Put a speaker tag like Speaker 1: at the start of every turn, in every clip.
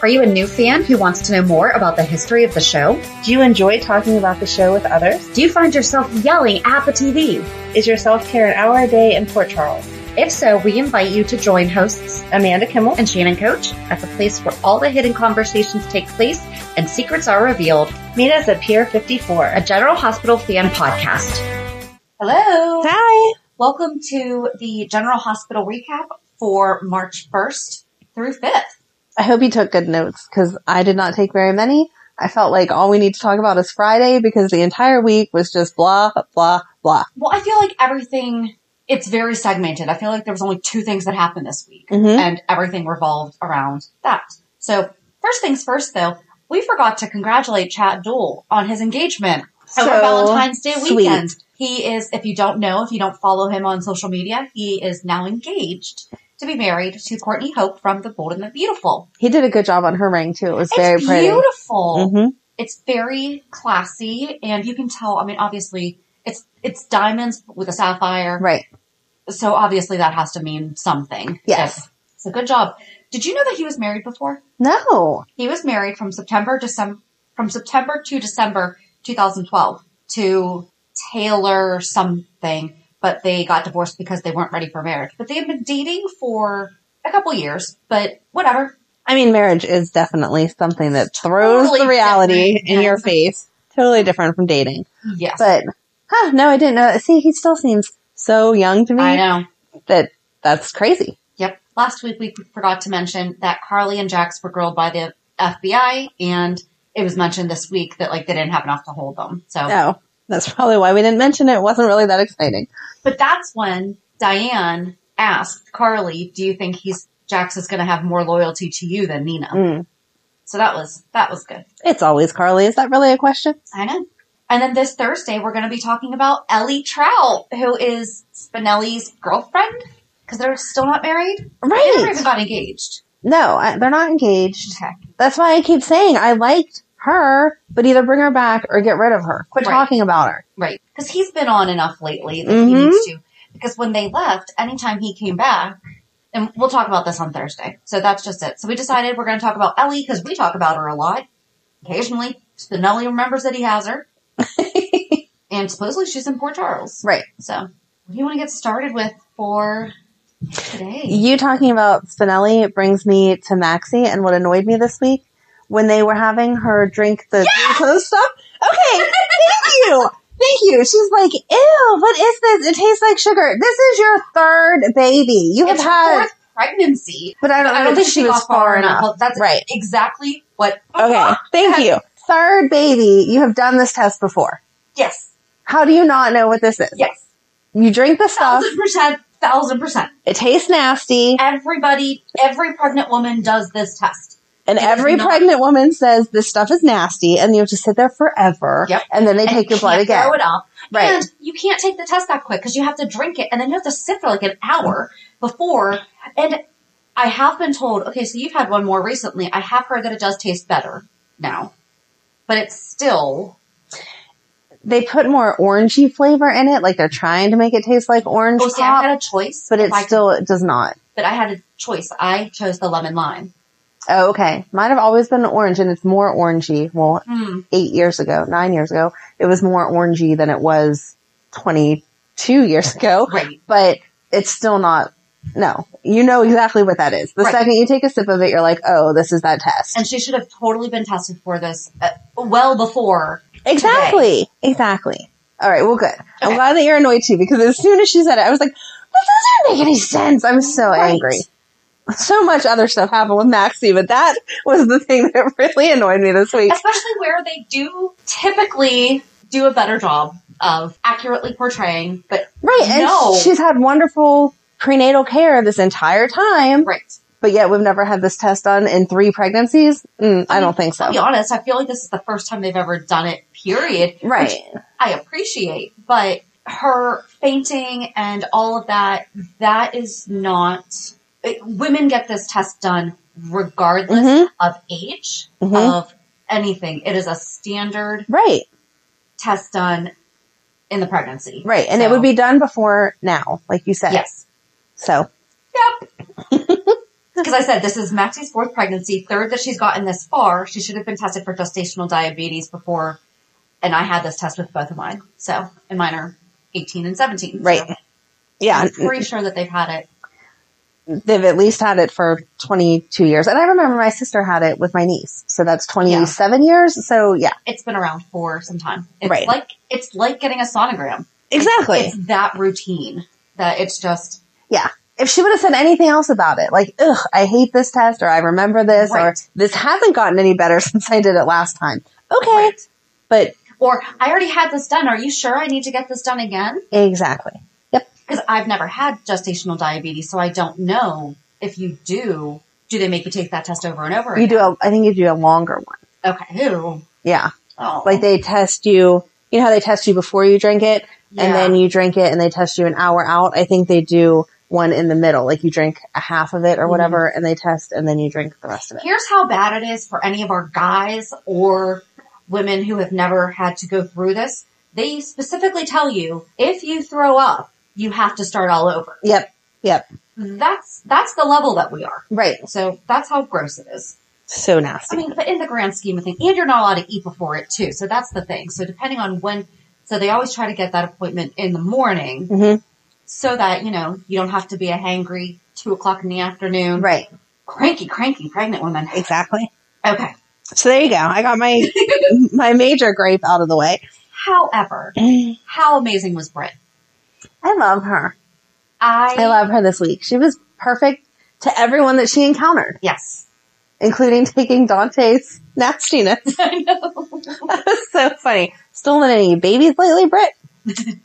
Speaker 1: Are you a new fan who wants to know more about the history of the show?
Speaker 2: Do you enjoy talking about the show with others?
Speaker 1: Do you find yourself yelling at the TV?
Speaker 2: Is your self care an hour a day in Port Charles?
Speaker 1: If so, we invite you to join hosts
Speaker 2: Amanda Kimmel
Speaker 1: and Shannon Coach at the place where all the hidden conversations take place and secrets are revealed.
Speaker 2: Meet us at Pier 54,
Speaker 1: a General Hospital fan podcast.
Speaker 3: Hello.
Speaker 2: Hi.
Speaker 3: Welcome to the General Hospital recap for March 1st through 5th.
Speaker 2: I hope you took good notes because I did not take very many. I felt like all we need to talk about is Friday because the entire week was just blah, blah, blah.
Speaker 3: Well, I feel like everything, it's very segmented. I feel like there was only two things that happened this week
Speaker 2: Mhm.
Speaker 3: and everything revolved around that. So first things first though, we forgot to congratulate Chad Duell on his engagement over
Speaker 2: So
Speaker 3: Valentine's Day
Speaker 2: sweet.
Speaker 3: weekend. He is, if you don't know, if you don't follow him on social media, he is now engaged to be married to Courtney Hope from The Bold and the Beautiful.
Speaker 2: He did a good job on her ring too. It was very
Speaker 3: it's
Speaker 2: pretty.
Speaker 3: beautiful.
Speaker 2: Mhm.
Speaker 3: It's very classy, and you can tell. I mean, obviously, it's it's diamonds with a sapphire,
Speaker 2: Right.
Speaker 3: so obviously that has to mean something.
Speaker 2: Yes.
Speaker 3: So good job. Did you know that he was married before?
Speaker 2: No.
Speaker 3: He was married from September December from September to December 2012 to Taylor something, but they got divorced because they weren't ready for marriage. But they had been dating for a couple years, but whatever.
Speaker 2: I mean, marriage is definitely something that throws
Speaker 3: Totally
Speaker 2: the reality
Speaker 3: different,
Speaker 2: in
Speaker 3: yes.
Speaker 2: your face. Totally different from dating.
Speaker 3: Yes.
Speaker 2: But, huh, no, I didn't know. that. See, he still seems so young to me
Speaker 3: I know.
Speaker 2: that that's crazy.
Speaker 3: Yep. Last week we forgot to mention that Carly and Jax were grilled by the FBI, and it was mentioned this week that like they didn't have enough to hold them. So,
Speaker 2: No, that's probably why we didn't mention it. It wasn't really that exciting.
Speaker 3: but that's when Diane asked Carly, "Do you think he's Jax is going to have more loyalty to you than Nina?"
Speaker 2: Mm.
Speaker 3: So that was that was good.
Speaker 2: It's always Carly. Is that really a question?
Speaker 3: I know. And then this Thursday we're going to be talking about Ellie Trout, who is Spinelli's girlfriend, because they're still not married. They never even
Speaker 2: Right.
Speaker 3: got engaged.
Speaker 2: No, I, they're not engaged.
Speaker 3: Okay.
Speaker 2: That's why I keep saying I liked her, but either bring her back or get rid of her. Quit
Speaker 3: Right.
Speaker 2: talking about her.
Speaker 3: Right. Because he's been on enough lately that he
Speaker 2: Mhm.
Speaker 3: needs to. Because when they left, anytime he came back, and we'll talk about this on Thursday. So that's just it. So we decided we're going to talk about Ellie because we talk about her a lot. Occasionally, Spinelli remembers that he has her. and supposedly she's in Port Charles.
Speaker 2: Right.
Speaker 3: So, what do you want to get started with for today?
Speaker 2: You talking about Spinelli brings me to Maxie and what annoyed me this week when they were having her drink the glucose stuff. Okay, thank you. Thank you. She's like, ew, what is this? It tastes like sugar. This is your third baby. You have
Speaker 3: It's her
Speaker 2: had,
Speaker 3: fourth pregnancy.
Speaker 2: but I don't,
Speaker 3: I don't think she
Speaker 2: was
Speaker 3: got far enough. That's
Speaker 2: right.
Speaker 3: exactly what.
Speaker 2: Okay, thank you. Third baby, you have done this test before.
Speaker 3: Yes.
Speaker 2: How do you not know what this is?
Speaker 3: Yes.
Speaker 2: You drink the stuff.
Speaker 3: Thousand percent. Thousand percent.
Speaker 2: It tastes nasty.
Speaker 3: everybody, every pregnant woman does this test.
Speaker 2: And
Speaker 3: It is
Speaker 2: every
Speaker 3: not-
Speaker 2: pregnant woman says this stuff is nasty, and you have to sit there forever.
Speaker 3: Yep.
Speaker 2: And then they
Speaker 3: And
Speaker 2: take
Speaker 3: you
Speaker 2: your blood
Speaker 3: can't
Speaker 2: again.
Speaker 3: Throw it up.
Speaker 1: Right.
Speaker 3: And you can't take the test that quick because you have to drink it and then you have to sit for like an hour before. And I have been told, okay, so you've had one more recently. I have heard that it does taste better now, but it's still
Speaker 2: They put more orangey flavor in it, like they're trying to make it taste like orange
Speaker 3: Oh, see, I
Speaker 2: pop,
Speaker 3: had a choice,
Speaker 2: but
Speaker 3: if
Speaker 2: it
Speaker 3: I,
Speaker 2: still does not.
Speaker 3: but I had a choice. I chose the lemon lime.
Speaker 2: Oh, okay. Mine have always been orange, and it's more orangey. Well,
Speaker 3: Hmm.
Speaker 2: eight years ago, nine years ago, it was more orangey than it was 22 years ago.
Speaker 3: Right.
Speaker 2: But it's still not, no. You know exactly what that is. The
Speaker 3: Right.
Speaker 2: second you take a sip of it, you're like, oh, this is that test.
Speaker 3: And she should have totally been tested for this uh, well before.
Speaker 2: exactly. Exactly. All right. Well, good. I'm glad that you're annoyed too, because as soon as she said it, I was like, that doesn't make any sense. I'm so
Speaker 3: Right.
Speaker 2: angry. So much other stuff happened with Maxie, but that was the thing that really annoyed me this week.
Speaker 3: Especially where they do typically do a better job of accurately portraying, but
Speaker 2: Right. And
Speaker 3: No.
Speaker 2: she's had wonderful prenatal care this entire time.
Speaker 3: right.
Speaker 2: But yet we've never had this test done in three pregnancies. Mm, I, don't think
Speaker 3: I'll
Speaker 2: so.
Speaker 3: be honest, I feel like this is the first time they've ever done it, period.
Speaker 2: Right.
Speaker 3: I appreciate, but her fainting and all of that, that is not. it- women get this test done regardless
Speaker 2: Mhm.
Speaker 3: of age,
Speaker 2: Mhm.
Speaker 3: of anything. It is a standard
Speaker 2: Right.
Speaker 3: test done in the pregnancy.
Speaker 2: Right. And it
Speaker 3: So,
Speaker 2: would be done before now, like you said.
Speaker 3: Yes.
Speaker 2: So,
Speaker 3: Yep. Because I said this is Maxie's fourth pregnancy, third that she's gotten this far. She should have been tested for gestational diabetes before, and I had this test with both of mine. So, and mine are 18 and 17. So
Speaker 2: Right. yeah,
Speaker 3: I'm pretty sure that they've had it.
Speaker 2: they've at least had it for 22 years. And I remember my sister had it with my niece. So that's 27 years. So yeah,
Speaker 3: It's been around for some time. It's
Speaker 2: Right.
Speaker 3: like it's like getting a sonogram.
Speaker 2: exactly.
Speaker 3: It's that routine that it's just
Speaker 2: yeah. If she would have said anything else about it, like, ugh, I hate this test or I remember this or
Speaker 3: Right.
Speaker 2: this hasn't gotten any better since I did it last time. Okay.
Speaker 3: Right.
Speaker 2: But
Speaker 3: Or I already had this done. Are you sure I need to get this done again?
Speaker 2: Exactly. Yep.
Speaker 3: Because I've never had gestational diabetes, so I don't know if you do. Do they make you take that test over and over?
Speaker 2: You do.
Speaker 3: again?
Speaker 2: A, I think you do a longer one.
Speaker 3: Okay. Ew.
Speaker 2: Yeah.
Speaker 3: Oh.
Speaker 2: Like they test you. You know how they test you before you drink it,
Speaker 3: Yeah.
Speaker 2: and then you drink it, and they test you an hour out. I think they do one in the middle. Like you drink a half of it or whatever, and they test, and then you drink the rest of it.
Speaker 3: Here's how bad it is for any of our guys or women who have never had to go through this. They specifically tell you if you throw up, you have to start all over.
Speaker 2: Yep. Yep.
Speaker 3: That's that's the level that we are.
Speaker 2: Right.
Speaker 3: So that's how gross it is.
Speaker 2: So
Speaker 3: I
Speaker 2: nasty.
Speaker 3: mean, but in the grand scheme of things, and you're not allowed to eat before it too. So that's the thing. So depending on when, so they always try to get that appointment in the morning
Speaker 2: Mhm.
Speaker 3: so that, you know, you don't have to be a hangry two o'clock in the afternoon.
Speaker 2: Right.
Speaker 3: Cranky, cranky pregnant woman.
Speaker 2: Exactly.
Speaker 3: Okay.
Speaker 2: So there you go. I got my my major gripe out of the way.
Speaker 3: However, how amazing was Brit?
Speaker 2: I love her.
Speaker 3: I,
Speaker 2: I love her this week. She was perfect to everyone that she encountered.
Speaker 3: yes.
Speaker 2: including taking Dante's nastiness. I know. that was so funny. Stolen any babies lately, Britt?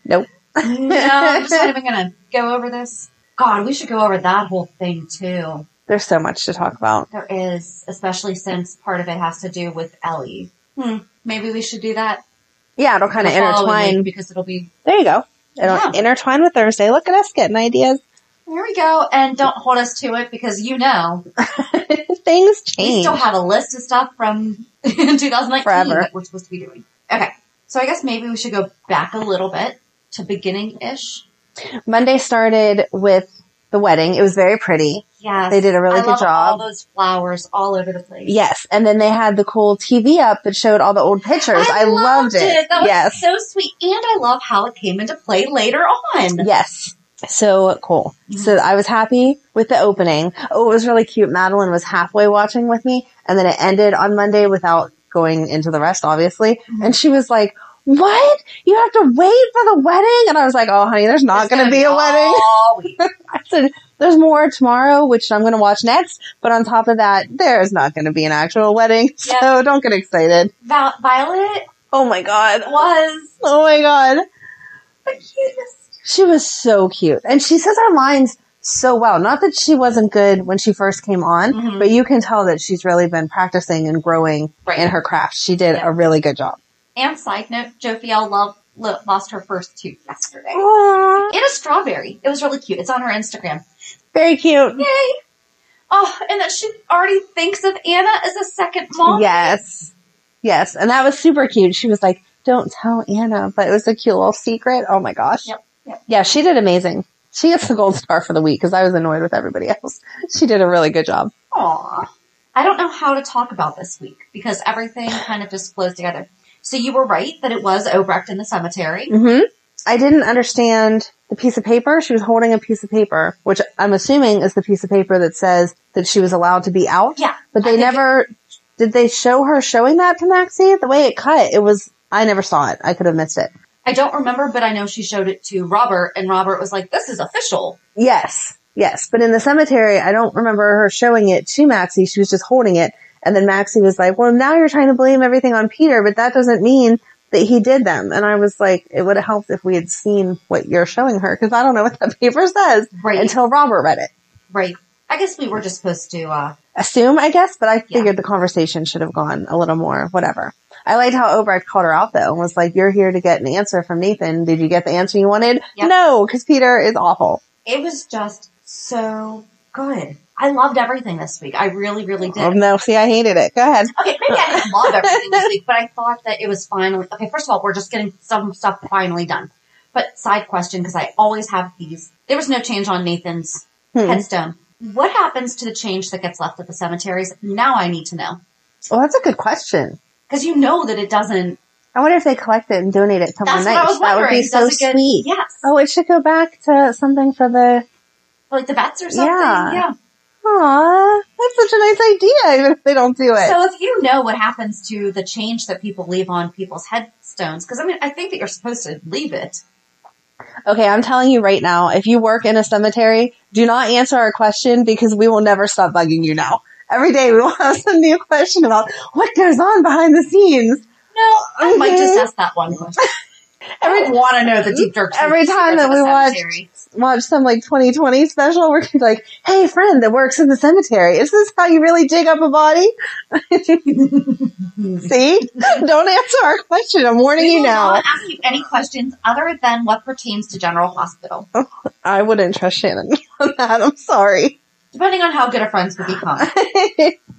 Speaker 2: nope.
Speaker 3: No, I'm just not even going to go over this. God, we should go over that whole thing too.
Speaker 2: There's so much to talk about.
Speaker 3: There is, especially since part of it has to do with Ellie. Hmm. Maybe we should do that
Speaker 2: Yeah, it'll kind of
Speaker 3: the following week
Speaker 2: intertwine.
Speaker 3: because it'll be
Speaker 2: There you go. It'll
Speaker 3: Yeah.
Speaker 2: intertwine with Thursday. Look at us getting ideas.
Speaker 3: there we go and don't hold us to it because you know
Speaker 2: Things
Speaker 3: we
Speaker 2: change.
Speaker 3: still have a list of stuff from 2019
Speaker 2: Forever.
Speaker 3: that we're supposed to be doing okay so i guess maybe we should go back a little bit to beginning-ish
Speaker 2: Monday started with the wedding. It was very pretty.
Speaker 3: yes
Speaker 2: They did a really
Speaker 3: I
Speaker 2: good
Speaker 3: love all
Speaker 2: job.
Speaker 3: those flowers all over the place
Speaker 2: Yes. And then they had the cool TV up that showed all the old pictures. I, loved it.
Speaker 3: That was
Speaker 2: yes.
Speaker 3: so sweet. And I love how it came into play later on.
Speaker 2: Yes. So cool. So I was happy with the opening. Oh, it was really cute. Madeline was halfway watching with me and then it ended on Monday without going into the rest, obviously. And she was like, what? You have to wait for the wedding? And I was like, oh honey, there's not
Speaker 3: It's
Speaker 2: going to be a wedding.
Speaker 3: all week.
Speaker 2: I said, there's more tomorrow, which I'm going to watch next. But on top of that, there's not going to be an actual wedding.
Speaker 3: Yep.
Speaker 2: So don't get excited.
Speaker 3: Val- Violet
Speaker 2: Oh my God.
Speaker 3: was
Speaker 2: Oh my God.
Speaker 3: the cutest.
Speaker 2: She was so cute. And she says her lines so well. Not that she wasn't good when she first came on,
Speaker 3: Mhm.
Speaker 2: but you can tell that she's really been practicing and growing
Speaker 3: Right.
Speaker 2: in her craft. She did
Speaker 3: Yeah.
Speaker 2: a really good job.
Speaker 3: And side note, Jophiel loved lo- lost her first tooth yesterday.
Speaker 2: Aw,
Speaker 3: In a strawberry. It was really cute. It's on her Instagram.
Speaker 2: very cute.
Speaker 3: Yay! Oh, and that she already thinks of Anna as a second mom.
Speaker 2: Yes. Yes. And that was super cute. She was like, don't tell Anna, but it was a cute little secret. Oh my gosh.
Speaker 3: Yep, yep.
Speaker 2: Yeah, she did amazing. She gets the gold star for the week because I was annoyed with everybody else. She did a really good job.
Speaker 3: Aw. I don't know how to talk about this week because everything kind of just flows together. So you were right that it was Obrecht in the cemetery.
Speaker 2: hmm I didn't understand the piece of paper. She was holding a piece of paper, which I'm assuming is the piece of paper that says that she was allowed to be out.
Speaker 3: Yeah.
Speaker 2: But
Speaker 3: I
Speaker 2: they
Speaker 3: think
Speaker 2: never did they show her showing that to Maxie? The way it cut, it was I never saw it. I could have missed it.
Speaker 3: I don't remember, but I know she showed it to Robert and Robert was like, this is official.
Speaker 2: Yes. Yes. But in the cemetery, I don't remember her showing it to Maxie. She was just holding it. And then Maxie was like, well, now you're trying to blame everything on Peter, but that doesn't mean that he did them. And I was like, it would have helped if we had seen what you're showing her because I don't know what that paper says
Speaker 3: Right.
Speaker 2: until Robert read it.
Speaker 3: Right. I guess we were just supposed to, uh,
Speaker 2: Assume, I guess, but I
Speaker 3: Yeah.
Speaker 2: figured the conversation should have gone a little more, whatever. I liked how Obrecht called her out though and was like, you're here to get an answer from Nathan. Did you get the answer you wanted?
Speaker 3: Yep.
Speaker 2: No, because Peter is awful.
Speaker 3: it was just so good. I loved everything this week. I really, really did.
Speaker 2: Oh, no, see, I hated it. Go ahead.
Speaker 3: Okay, maybe I didn't love everything this week, but I thought that it was finally okay. First of all, we're just getting some stuff finally done. But side question, because I always have these. There was no change on Nathan's headstone. What happens to the change that gets left at the cemeteries? Now I need to know
Speaker 2: Well, that's a good question.
Speaker 3: because you know that it doesn't.
Speaker 2: I wonder if they collect it and donate it to
Speaker 3: That's
Speaker 2: someone
Speaker 3: what I was
Speaker 2: nice. That would
Speaker 3: wondering.
Speaker 2: be so
Speaker 3: Does it get-
Speaker 2: sweet.
Speaker 3: yes.
Speaker 2: Oh, it should go back to something for the.
Speaker 3: Like the vets or something.
Speaker 2: Yeah.
Speaker 3: yeah.
Speaker 2: Aw, that's such a nice idea. Even if they don't do it.
Speaker 3: So if you know what happens to the change that people leave on people's headstones, because I mean, I think that you're supposed to leave it.
Speaker 2: okay, I'm telling you right now. If you work in a cemetery, do not answer our question because we will never stop bugging you now. Every day we will have some new question about what goes on behind the scenes.
Speaker 3: No, I might
Speaker 2: Mhm.
Speaker 3: just ask that one question. I
Speaker 2: Every
Speaker 3: don't want to know the deep dark.
Speaker 2: every
Speaker 3: secrets
Speaker 2: time
Speaker 3: of
Speaker 2: that
Speaker 3: the
Speaker 2: we watch
Speaker 3: cemetery.
Speaker 2: watch some like 2020 special, we're gonna be like, "Hey, friend that works in the cemetery, is this how you really dig up a body?" See, don't answer our question. I'm warning
Speaker 3: we
Speaker 2: you
Speaker 3: will
Speaker 2: now.
Speaker 3: not ask you any questions other than what pertains to General Hospital,
Speaker 2: I wouldn't trust Shannon on that. I'm sorry.
Speaker 3: depending on how good of friends we become.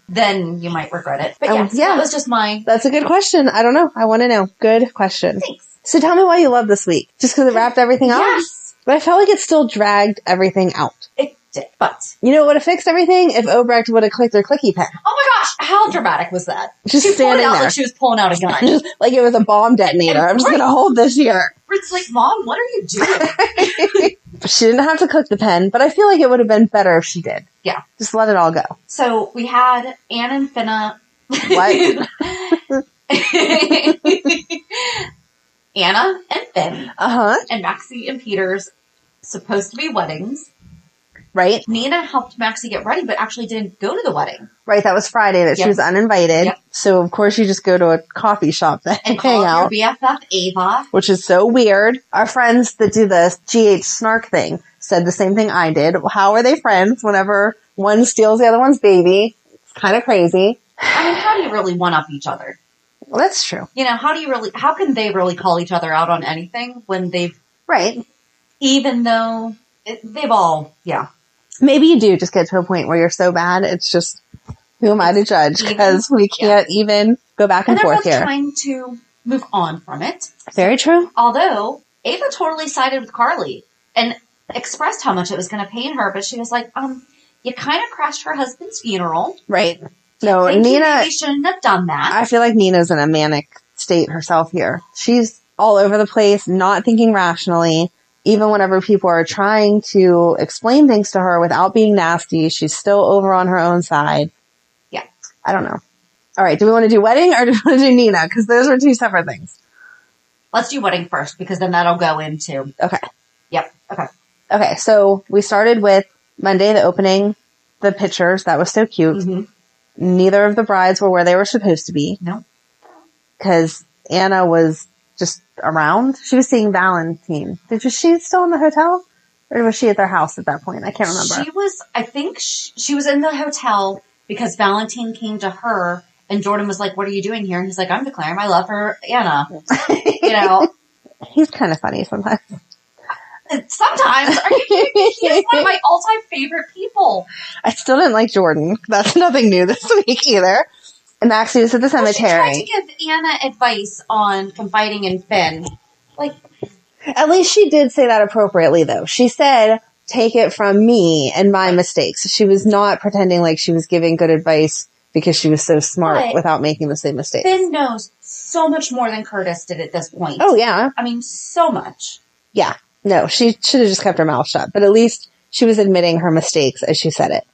Speaker 3: then you might regret it. But
Speaker 2: Um,
Speaker 3: yes,
Speaker 2: yeah.
Speaker 3: that was just my
Speaker 2: That's a good question. I don't know. I want to know. Good question.
Speaker 3: thanks.
Speaker 2: So tell me why you love this week. Just because it wrapped everything up?
Speaker 3: Yes,
Speaker 2: But I felt like it still dragged everything out.
Speaker 3: it did. But
Speaker 2: You know, it would have fixed everything if Obrecht would have clicked their clicky pen.
Speaker 3: oh my gosh, how dramatic was that?
Speaker 2: Just
Speaker 3: she pulled it
Speaker 2: standing
Speaker 3: out
Speaker 2: there.
Speaker 3: like she was pulling out a gun.
Speaker 2: Just like it was a bomb detonator. I'm just going to hold this here.
Speaker 3: It's like, Mom, what are you doing?
Speaker 2: She didn't have to click the pen, but I feel like it would have been better if she did.
Speaker 3: Yeah.
Speaker 2: Just let it all go.
Speaker 3: So we had Anne and Finna.
Speaker 2: What?
Speaker 3: Anna and Finn
Speaker 2: Uh huh.
Speaker 3: and Maxie and Peter's supposed to be weddings.
Speaker 2: Right?
Speaker 3: Nina helped Maxie get ready, but actually didn't go to the wedding.
Speaker 2: Right. That was Friday that she
Speaker 3: Yep.
Speaker 2: was uninvited.
Speaker 3: Yep.
Speaker 2: So, of course, you just go to a coffee shop to
Speaker 3: And
Speaker 2: hang
Speaker 3: called
Speaker 2: out.
Speaker 3: your BFF Ava.
Speaker 2: which is so weird. Our friends that do the GH snark thing said the same thing I did. How are they friends whenever one steals the other one's baby? It's kind of crazy.
Speaker 3: I mean, how do you really one up each other?
Speaker 2: Well, that's true.
Speaker 3: You know, how do you really? How can they really call each other out on anything when they've,
Speaker 2: Right.
Speaker 3: even though it, they've all, yeah,
Speaker 2: Maybe you do just get to a point where you're so bad. It's just, who am I to judge? Because we can't even go back
Speaker 3: and
Speaker 2: and
Speaker 3: they're
Speaker 2: forth
Speaker 3: both
Speaker 2: here.
Speaker 3: trying to move on from it.
Speaker 2: Very true.
Speaker 3: Although Ava totally sided with Carly and expressed how much it was going to pain her, but she was like, um, you kind of crashed her husband's funeral.
Speaker 2: Right. No,
Speaker 3: Thank you,
Speaker 2: Nina,
Speaker 3: maybe you shouldn't have done that.
Speaker 2: I feel like Nina's in a manic state herself here. She's all over the place, not thinking rationally. Even whenever people are trying to explain things to her without being nasty, she's still over on her own side.
Speaker 3: Yeah.
Speaker 2: I don't know. All right. Do we want to do wedding or do we want to do Nina? Because those are two separate things.
Speaker 3: Let's do wedding first because then that'll go into.
Speaker 2: Okay.
Speaker 3: Yep. Okay.
Speaker 2: Okay. So we started with Monday, the opening, the pictures. That was so cute.
Speaker 3: Mhm.
Speaker 2: Neither of the brides were where they were supposed to be.
Speaker 3: No.
Speaker 2: because Anna was just around. She was seeing Valentine. Did was she still in the hotel, or was she at their house at that point? I can't remember.
Speaker 3: She was, I think she, she was in the hotel because Valentine came to her and Jordan was like, what are you doing here? And he's like, I'm declaring my love for Anna. you know,
Speaker 2: he's kind of funny sometimes.
Speaker 3: Sometimes, are you kidding me? He is one of my all-time favorite people.
Speaker 2: I still didn't like Jordan. That's nothing new this week either. And Maxie was at the
Speaker 3: Well, She tried to
Speaker 2: cemetery.
Speaker 3: give Anna advice on confiding in Finn. Like,
Speaker 2: At least she did say that appropriately, though. She said, "Take it from me and my mistakes." She was not pretending like she was giving good advice because she was so smart
Speaker 3: Right.
Speaker 2: without making the same mistakes.
Speaker 3: Finn knows so much more than Curtis did at this point.
Speaker 2: Oh yeah,
Speaker 3: I mean, so much.
Speaker 2: yeah. No, she should have just kept her mouth shut. But at least she was admitting her mistakes as she said it.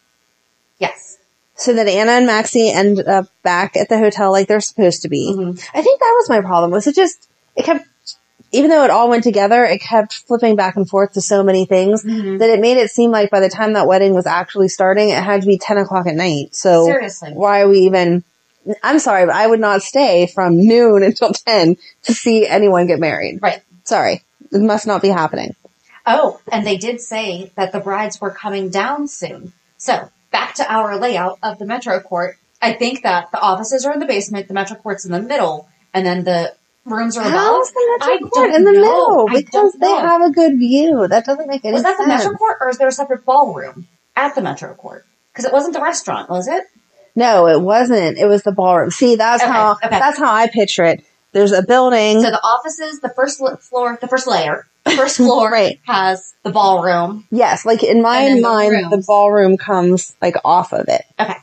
Speaker 3: Yes.
Speaker 2: So that Anna and Maxie end up back at the hotel like they're supposed to be.
Speaker 3: Mm-hmm.
Speaker 2: I think that was my problem. Was it just it kept even though it all went together, it kept flipping back and forth to so many things
Speaker 3: Mm-hmm.
Speaker 2: that it made it seem like by the time that wedding was actually starting, it had to be ten o'clock at night. So
Speaker 3: Seriously.
Speaker 2: why are we even? I'm sorry, but I would not stay from noon until ten to see anyone get married.
Speaker 3: Right.
Speaker 2: Sorry, it must not be happening.
Speaker 3: Oh, and they did say that the brides were coming down soon. So, back to our layout of the Metro Court. I think that the offices are in the basement, the Metro Court's in the middle, and then the rooms are
Speaker 2: How
Speaker 3: above.
Speaker 2: is the
Speaker 3: I
Speaker 2: Metro Court
Speaker 3: don't
Speaker 2: in the
Speaker 3: know.
Speaker 2: middle?
Speaker 3: I
Speaker 2: Because
Speaker 3: don't
Speaker 2: they
Speaker 3: know.
Speaker 2: have a good view. That doesn't make any
Speaker 3: Was that the
Speaker 2: sense.
Speaker 3: Metro Court, or is there a separate ballroom at the Metro Court? Because it wasn't the restaurant, was it?
Speaker 2: No, it wasn't. It was the ballroom. See, that's
Speaker 3: Okay,
Speaker 2: how
Speaker 3: okay.
Speaker 2: that's how I picture it. There's a building.
Speaker 3: So the offices, the first li- floor, the first layer, the first floor
Speaker 2: Right.
Speaker 3: has the ballroom.
Speaker 2: yes, like in my
Speaker 3: and then the
Speaker 2: mind, the,
Speaker 3: rooms.
Speaker 2: ballroom comes like off of it.
Speaker 3: Okay.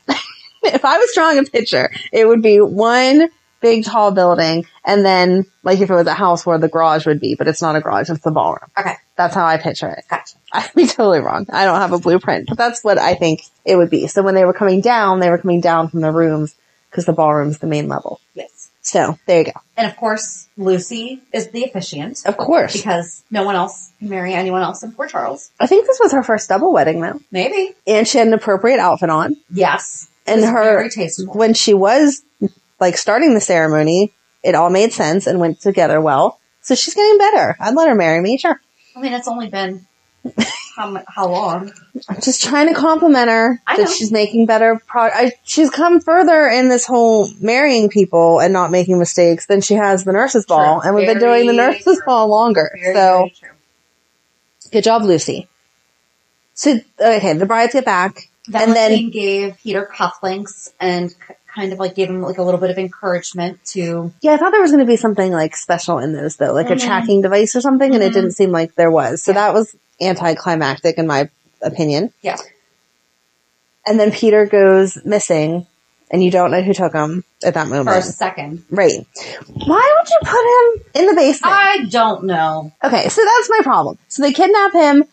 Speaker 2: if I was drawing a picture, it would be one big tall building, and then like if it was a house where the garage would be, but it's not a garage; it's the ballroom.
Speaker 3: Okay.
Speaker 2: That's how I picture it.
Speaker 3: Gotcha.
Speaker 2: I'd be totally wrong. I don't have a blueprint, but that's what I think it would be. So when they were coming down, they were coming down from the rooms because the ballroom's the main level.
Speaker 3: Yes.
Speaker 2: So there you go.
Speaker 3: And of course, Lucy is the officiant
Speaker 2: Of course.
Speaker 3: because no one else can marry anyone else in poor Charles.
Speaker 2: I think this was her first double wedding though.
Speaker 3: Maybe.
Speaker 2: And she had an appropriate outfit on.
Speaker 3: Yes.
Speaker 2: And
Speaker 3: It's
Speaker 2: her,
Speaker 3: very tasteful.
Speaker 2: when she was like starting the ceremony, it all made sense and went together well. So she's getting better. I'd let her marry me. Sure.
Speaker 3: I mean, it's only been how, mu- how long?
Speaker 2: I'm just trying to compliment her
Speaker 3: I
Speaker 2: that
Speaker 3: know.
Speaker 2: she's making better pro, I, she's come further in this whole marrying people and not making mistakes than she has the nurse's ball.
Speaker 3: True.
Speaker 2: And we've been
Speaker 3: Very
Speaker 2: doing the nurse's
Speaker 3: true.
Speaker 2: ball longer.
Speaker 3: Very,
Speaker 2: so
Speaker 3: very true.
Speaker 2: good job, Lucy. So, okay, the brides get back.
Speaker 3: Then
Speaker 2: and then
Speaker 3: Levine gave Peter cufflinks and k- kind of like gave him like a little bit of encouragement to.
Speaker 2: Yeah, I thought there was going to be something like special in those though, like a tracking device or something, and it didn't seem like there was. So that was anticlimactic in my opinion.
Speaker 3: Yeah.
Speaker 2: And then Peter goes missing, and you don't know who took him at that moment.
Speaker 3: For a second.
Speaker 2: Right. Why don't you put him in the basement?
Speaker 3: I don't know.
Speaker 2: Okay, so that's my problem. So they kidnap him.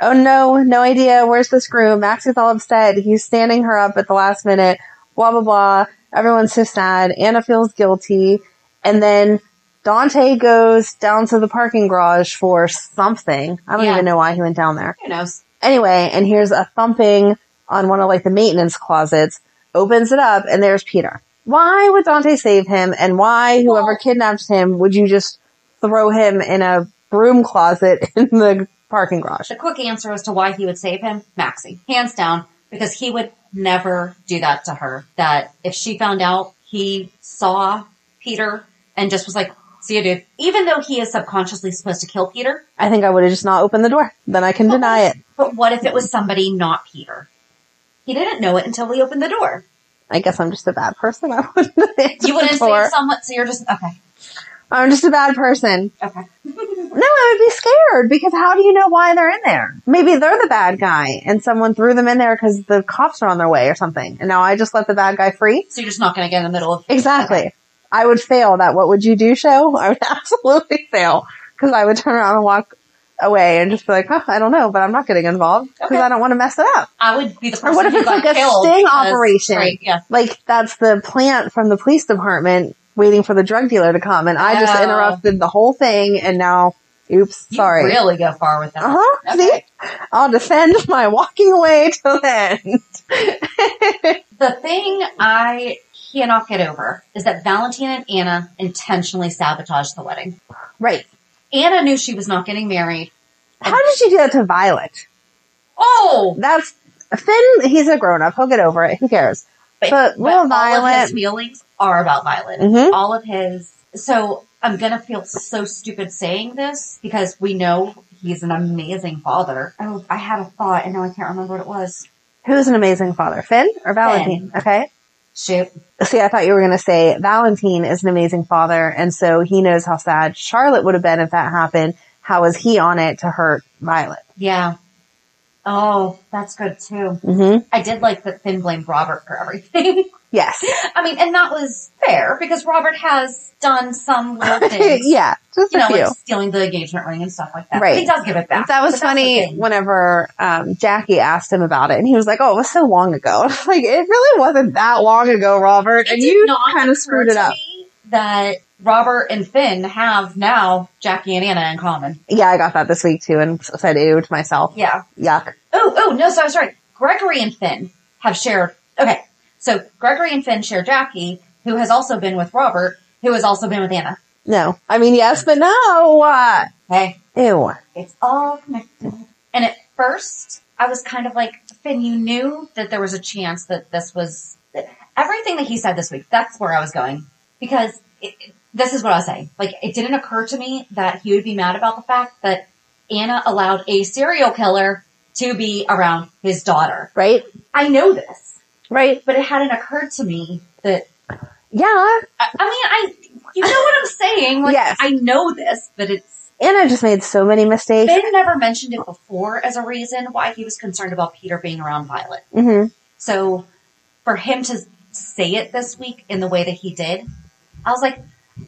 Speaker 2: Oh no, no idea. Where's the screw? Max is all upset. He's standing her up at the last minute. Blah, blah, blah. Everyone's so sad. Anna feels guilty. And then Dante goes down to the parking garage for something. I don't
Speaker 3: Yeah.
Speaker 2: even know why he went down there.
Speaker 3: Who knows?
Speaker 2: Anyway, and here's a thumping on one of like the maintenance closets, opens it up, and there's Peter. Why would Dante save him? And why, whoever
Speaker 3: Well-
Speaker 2: kidnapped him, would you just throw him in a broom closet in the parking garage?
Speaker 3: The quick answer as to why he would save him, Maxie, hands down, because he would never do that to her. That if she found out he saw Peter and just was like, see you, dude, even though he is subconsciously supposed to kill Peter,
Speaker 2: I think I would have just not opened the door. Then I can deny it.
Speaker 3: but what if it was somebody not Peter? He didn't know it until he opened the door.
Speaker 2: I guess I'm just a bad person. I wouldn't have answered
Speaker 3: You wouldn't
Speaker 2: the door.
Speaker 3: say someone, so you're just, okay,
Speaker 2: I'm just a bad person.
Speaker 3: okay.
Speaker 2: No, I would be scared because how do you know why they're in there? Maybe they're the bad guy and someone threw them in there because the cops are on their way or something. And now I just let the bad guy free.
Speaker 3: So you're just not going to get in the middle of,
Speaker 2: Exactly. I would fail that what would you do show. I would absolutely fail because I would turn around and walk away and just be like, huh, I don't know, but I'm not getting involved because
Speaker 3: Okay.
Speaker 2: I don't want to mess it up.
Speaker 3: I would be the person
Speaker 2: Or what if
Speaker 3: who
Speaker 2: it's
Speaker 3: got
Speaker 2: like a
Speaker 3: killed
Speaker 2: sting
Speaker 3: because-
Speaker 2: operation?
Speaker 3: Right, yeah.
Speaker 2: Like that's the plant from the police department waiting for the drug dealer to come. And I just
Speaker 3: Oh.
Speaker 2: interrupted the whole thing. And now, oops,
Speaker 3: You
Speaker 2: sorry.
Speaker 3: really go far with that.
Speaker 2: Uh huh.
Speaker 3: Okay.
Speaker 2: See, I'll defend my walking away till then.
Speaker 3: The thing I cannot get over is that Valentina and Anna intentionally sabotaged the wedding.
Speaker 2: Right.
Speaker 3: Anna knew she was not getting married.
Speaker 2: How did she do that to Violet?
Speaker 3: Oh,
Speaker 2: That's Finn. He's a grown up. He'll get over it. Who cares? But,
Speaker 3: all
Speaker 2: little
Speaker 3: of his
Speaker 2: Violet,
Speaker 3: feelings are about Violet.
Speaker 2: Mhm.
Speaker 3: All of his. So I'm gonna feel so stupid saying this because we know he's an amazing father. Oh, I had a thought and now I can't remember what it was.
Speaker 2: Who's an amazing father, Finn or Valentine? Okay.
Speaker 3: Shoot.
Speaker 2: See, I thought you were going to say Valentine is an amazing father, and so he knows how sad Charlotte would have been if that happened. How is he on it to hurt Violet?
Speaker 3: Yeah. Oh, that's good too.
Speaker 2: hmm
Speaker 3: I did like that Finn blamed Robert for everything.
Speaker 2: Yes.
Speaker 3: I mean, and that was fair because Robert has done some little things.
Speaker 2: yeah. Just
Speaker 3: You
Speaker 2: a
Speaker 3: know,
Speaker 2: few.
Speaker 3: like stealing the engagement ring and stuff like that.
Speaker 2: Right.
Speaker 3: But he does give it back.
Speaker 2: That was
Speaker 3: But that's the
Speaker 2: funny
Speaker 3: thing.
Speaker 2: whenever um, Jackie asked him about it, and he was like, "Oh, it was so long ago." like it really wasn't that long ago, Robert.
Speaker 3: It
Speaker 2: and
Speaker 3: did
Speaker 2: you
Speaker 3: not
Speaker 2: kind
Speaker 3: occur
Speaker 2: of screwed it
Speaker 3: to
Speaker 2: up.
Speaker 3: me That Robert and Finn have now Jackie and Anna in common.
Speaker 2: Yeah, I got that this week too, and said "ooh" to myself.
Speaker 3: Yeah.
Speaker 2: Yuck.
Speaker 3: Oh, oh, no, so I'm sorry. Gregory and Finn have shared. Okay. So Gregory and Finn share Jackie, who has also been with Robert, who has also been with Anna.
Speaker 2: No, I mean yes, but no. Uh,
Speaker 3: Hey,
Speaker 2: ew.
Speaker 3: it's all connected. And at first, I was kind of like, Finn, you knew that there was a chance that this was that everything that he said this week. That's where I was going because it, it- this is what I was saying. Like, it didn't occur to me that he would be mad about the fact that Anna allowed a serial killer to be around his daughter.
Speaker 2: Right.
Speaker 3: I know this.
Speaker 2: Right.
Speaker 3: but it hadn't occurred to me that
Speaker 2: Yeah.
Speaker 3: I, I mean, I you know what I'm saying. Like,
Speaker 2: Yes.
Speaker 3: I know this, but it's
Speaker 2: Anna just made so many mistakes.
Speaker 3: Ben never mentioned it before as a reason why he was concerned about Peter being around Violet.
Speaker 2: hmm
Speaker 3: So for him to say it this week in the way that he did, I was like,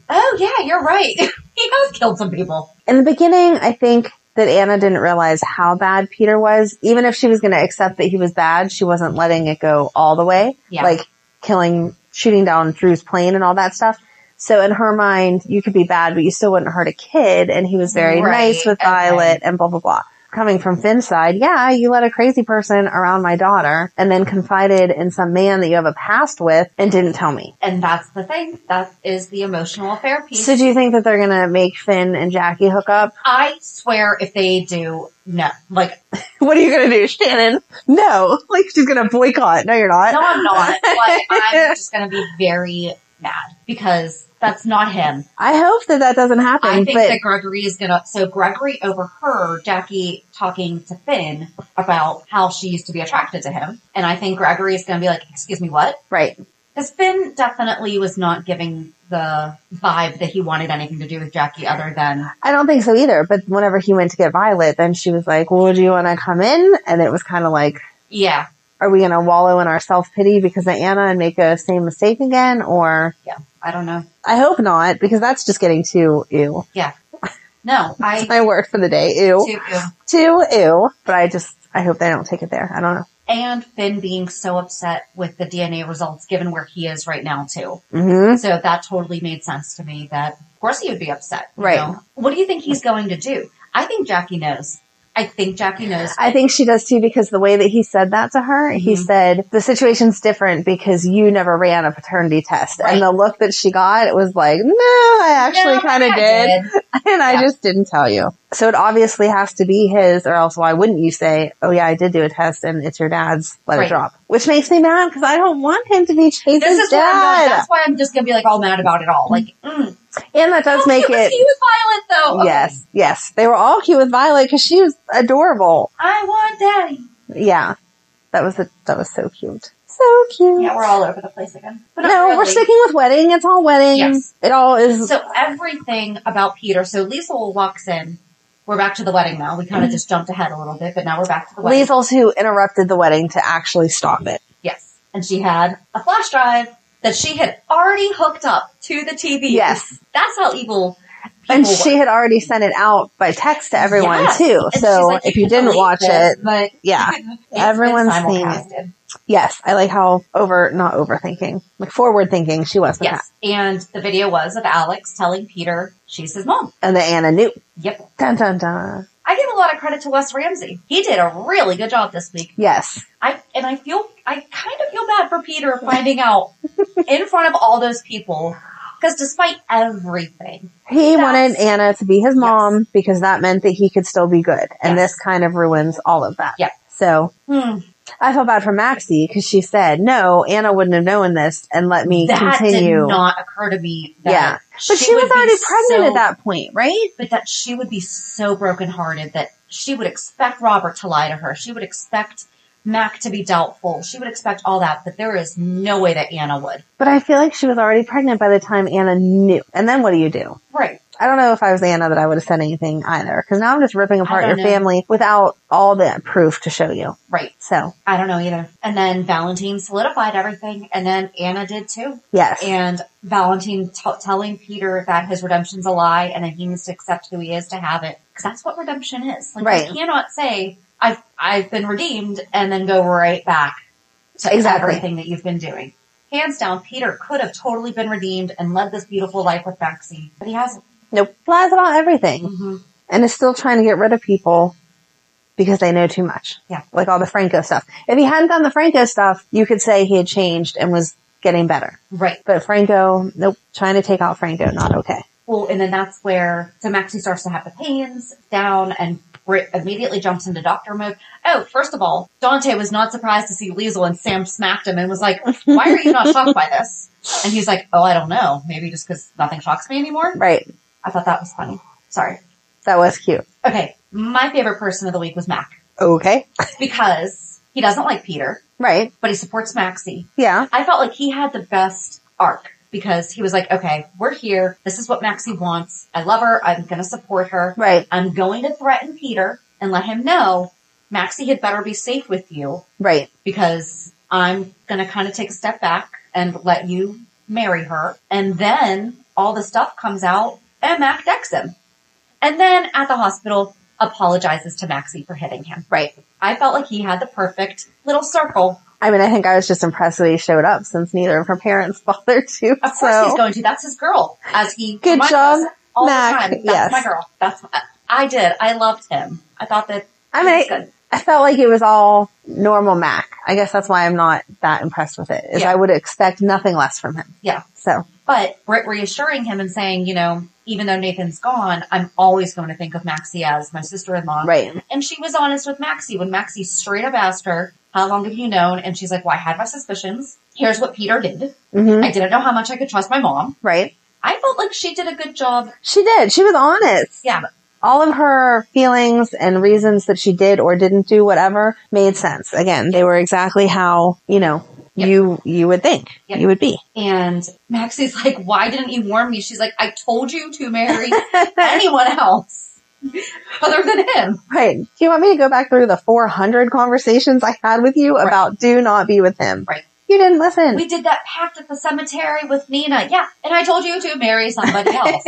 Speaker 3: oh yeah, you're right. he has killed some people.
Speaker 2: in the beginning, I think that Anna didn't realize how bad Peter was. Even if she was going to accept that he was bad, she wasn't letting it go all the way.
Speaker 3: Yeah.
Speaker 2: Like killing, shooting down Drew's plane and all that stuff. So in her mind, you could be bad, but you still wouldn't hurt a kid. And he was very
Speaker 3: Right,
Speaker 2: nice with
Speaker 3: okay.
Speaker 2: Violet and blah, blah, blah. Coming from Finn's side, yeah, you let a crazy person around my daughter and then confided in some man that you have a past with and didn't tell me.
Speaker 3: And that's the thing. That is the emotional affair piece.
Speaker 2: So do you think that they're going to make Finn and Jackie hook up?
Speaker 3: I swear if they do, no. Like,
Speaker 2: what are you going to do, Shannon? No, like she's going to boycott. No, you're not.
Speaker 3: No, I'm not. But I'm just going to be very mad because that's not him.
Speaker 2: I hope that that doesn't happen.
Speaker 3: I think
Speaker 2: but
Speaker 3: that Gregory is going to. So Gregory overheard Jackie talking to Finn about how she used to be attracted to him, and I think Gregory is going to be like, "Excuse me, what?"
Speaker 2: right,
Speaker 3: Because Finn definitely was not giving the vibe that he wanted anything to do with Jackie other than
Speaker 2: I don't think so either. But whenever he went to get Violet, then she was like, "Well, do you want to come in?" And it was kind of like,
Speaker 3: yeah,
Speaker 2: "Are we going to wallow in our self pity because of Anna and make a same mistake again?" Or
Speaker 3: yeah. I don't know.
Speaker 2: I hope not, because that's just getting too ew.
Speaker 3: No, I
Speaker 2: My word for the day, ew,
Speaker 3: too. ew.
Speaker 2: too ew. But I just, I hope they don't take it there. I don't know.
Speaker 3: And Finn being so upset with the DNA results, given where he is right now, too.
Speaker 2: hmm
Speaker 3: So that totally made sense to me that, of course, he would be upset. you
Speaker 2: Right.
Speaker 3: know? What do you think he's going to do? I think Jackie knows. I think Jackie knows.
Speaker 2: I think she does too because the way that he said that to her, he
Speaker 3: Mm-hmm.
Speaker 2: said, the situation's different because you never ran a paternity test.
Speaker 3: Right.
Speaker 2: And the look that she got was like, no, I actually
Speaker 3: No,
Speaker 2: kind of
Speaker 3: I
Speaker 2: did. And I
Speaker 3: Yeah.
Speaker 2: just didn't tell you. So it obviously has to be his or else why wouldn't you say, oh yeah, I did do a test and it's your dad's, let it
Speaker 3: Right.
Speaker 2: drop. Which makes me mad because I don't want him to be chasing
Speaker 3: This is what I'm going,
Speaker 2: dad.
Speaker 3: that's why I'm just going to be like all mad about it all. Like, mm,
Speaker 2: And that does
Speaker 3: how
Speaker 2: make
Speaker 3: cute was
Speaker 2: it.
Speaker 3: He was violent though. Okay.
Speaker 2: Yes, yes. They were all cute with Violet because she was adorable.
Speaker 3: I want daddy.
Speaker 2: Yeah. That was a, that was so cute. So cute.
Speaker 3: Yeah, we're all over the place again. But not
Speaker 2: no, we're
Speaker 3: really.
Speaker 2: sticking with wedding. It's all wedding.
Speaker 3: Yes.
Speaker 2: It all is.
Speaker 3: So everything about Peter. So Liesel walks in. We're back to the wedding now. We
Speaker 2: Mm-hmm.
Speaker 3: kind of just jumped ahead a little bit, but now we're back to the wedding.
Speaker 2: Liesel's who interrupted the wedding to actually stop it.
Speaker 3: Yes. And she had a flash drive that she had already hooked up to the TV.
Speaker 2: Yes.
Speaker 3: That's how evil people
Speaker 2: And
Speaker 3: were.
Speaker 2: she had already sent it out by text to everyone
Speaker 3: Yes.
Speaker 2: too.
Speaker 3: And she's
Speaker 2: so
Speaker 3: like,
Speaker 2: if you
Speaker 3: can
Speaker 2: didn't
Speaker 3: delete
Speaker 2: watch
Speaker 3: this,
Speaker 2: it,
Speaker 3: but
Speaker 2: yeah. Everyone's
Speaker 3: it's been
Speaker 2: seeing it.
Speaker 3: simulcasted.
Speaker 2: Yes. I like how over, not overthinking, like forward thinking she was with
Speaker 3: Yes. And the video was of Alex telling Peter she's his mom.
Speaker 2: that. And the Anna knew.
Speaker 3: Yep.
Speaker 2: Dun dun dun.
Speaker 3: I give a lot of credit to Wes Ramsey. He did a really good job this week.
Speaker 2: Yes.
Speaker 3: I and I feel I kind of feel bad for Peter finding out in front of all those people because despite everything,
Speaker 2: He
Speaker 3: That's-
Speaker 2: wanted Anna to be his mom because that meant that he could still be good. And
Speaker 3: Yes.
Speaker 2: this kind of ruins all of that.
Speaker 3: Yep.
Speaker 2: So
Speaker 3: hmm,
Speaker 2: I felt bad for Maxie because she said, no, Anna wouldn't have known this and let me
Speaker 3: that
Speaker 2: continue.
Speaker 3: did not occur to me. That
Speaker 2: yeah. But she, was
Speaker 3: would be
Speaker 2: already pregnant
Speaker 3: so-
Speaker 2: at that point, right?
Speaker 3: But that she would be so brokenhearted that she would expect Robert to lie to her. She would expect Mac to be doubtful. She would expect all that, but there is no way that Anna would.
Speaker 2: But I feel like she was already pregnant by the time Anna knew. And then what do you do?
Speaker 3: Right.
Speaker 2: I don't know if I was Anna that I would have said anything either, because now I'm just ripping apart
Speaker 3: don't
Speaker 2: your
Speaker 3: know.
Speaker 2: family without all the proof to show you.
Speaker 3: Right.
Speaker 2: So
Speaker 3: I don't know either. And then Valentine solidified everything, and then Anna did too.
Speaker 2: yes,
Speaker 3: And Valentine t- telling Peter that his redemption's a lie, and that he needs to accept who he is to have it, because that's what redemption is. Like,
Speaker 2: Right.
Speaker 3: You cannot say I've I've been redeemed and then go right back to
Speaker 2: Exactly.
Speaker 3: everything that you've been doing. Hands down, Peter could have totally been redeemed and led this beautiful life with Maxie, but he hasn't.
Speaker 2: nope, lies about everything,
Speaker 3: Mhm.
Speaker 2: and is still trying to get rid of people because they know too much.
Speaker 3: Yeah.
Speaker 2: like all the Franco stuff. If he hadn't done the Franco stuff, you could say he had changed and was getting better.
Speaker 3: Right.
Speaker 2: But Franco, nope, trying to take out Franco, not okay.
Speaker 3: Well, and then that's where so Maxie starts to have the pains down and Britt immediately jumps into doctor mode. Oh, first of all, Dante was not surprised to see Liesel and Sam smacked him and was like, why are you not shocked by this? And he's like, oh, I don't know. Maybe just because nothing shocks me anymore.
Speaker 2: Right,
Speaker 3: I thought that was funny. Sorry.
Speaker 2: that was cute.
Speaker 3: Okay. My favorite person of the week was Mac
Speaker 2: Okay,
Speaker 3: because he doesn't like Peter,
Speaker 2: right,
Speaker 3: but he supports Maxie.
Speaker 2: yeah,
Speaker 3: I felt like he had the best arc because he was like, okay, we're here. This is what Maxie wants. I love her. I'm going to support her.
Speaker 2: right,
Speaker 3: I'm going to threaten Peter and let him know Maxie had better be safe with you
Speaker 2: right,
Speaker 3: because I'm going to kind of take a step back and let you marry her. And then all the stuff comes out and Mac decks him. And then at the hospital, apologizes to Maxie for hitting him.
Speaker 2: right.
Speaker 3: I felt like he had the perfect little circle.
Speaker 2: I mean, I think I was just impressed that he showed up since neither of her parents bothered to.
Speaker 3: Of course
Speaker 2: so,
Speaker 3: he's going to. That's his girl. As he
Speaker 2: Good
Speaker 3: reminds
Speaker 2: job,
Speaker 3: us all
Speaker 2: Mac.
Speaker 3: the time. That's
Speaker 2: Yes.
Speaker 3: my girl. That's I- I did. I loved him. I thought that
Speaker 2: I mean,
Speaker 3: he was
Speaker 2: I, I felt like it was all normal Mac. I guess that's why I'm not that impressed with it. Is
Speaker 3: Yeah.
Speaker 2: I would expect nothing less from him.
Speaker 3: Yeah.
Speaker 2: So,
Speaker 3: But Britt reassuring him and saying, you know, even though Nathan's gone, I'm always going to think of Maxie as my sister-in-law.
Speaker 2: right,
Speaker 3: And she was honest with Maxie when Maxie straight up asked her, how long have you known? And she's like, well, I had my suspicions. Here's what Peter did.
Speaker 2: hmm
Speaker 3: I didn't know how much I could trust my mom.
Speaker 2: right.
Speaker 3: I felt like she did a good job.
Speaker 2: She did. She was honest.
Speaker 3: Yeah.
Speaker 2: All of her feelings and reasons that she did or didn't do whatever made sense. Again, they were exactly how you know
Speaker 3: Yep.
Speaker 2: you you would think
Speaker 3: Yep.
Speaker 2: you would be.
Speaker 3: And Maxie's like, why didn't you warn me? She's like, I told you to marry anyone else other than him.
Speaker 2: Right. Do you want me to go back through the 400 conversations I had with you about do not be with him?
Speaker 3: Right.
Speaker 2: You didn't listen.
Speaker 3: We did that pact at the cemetery with Nina. Yeah. And I told you to marry somebody else.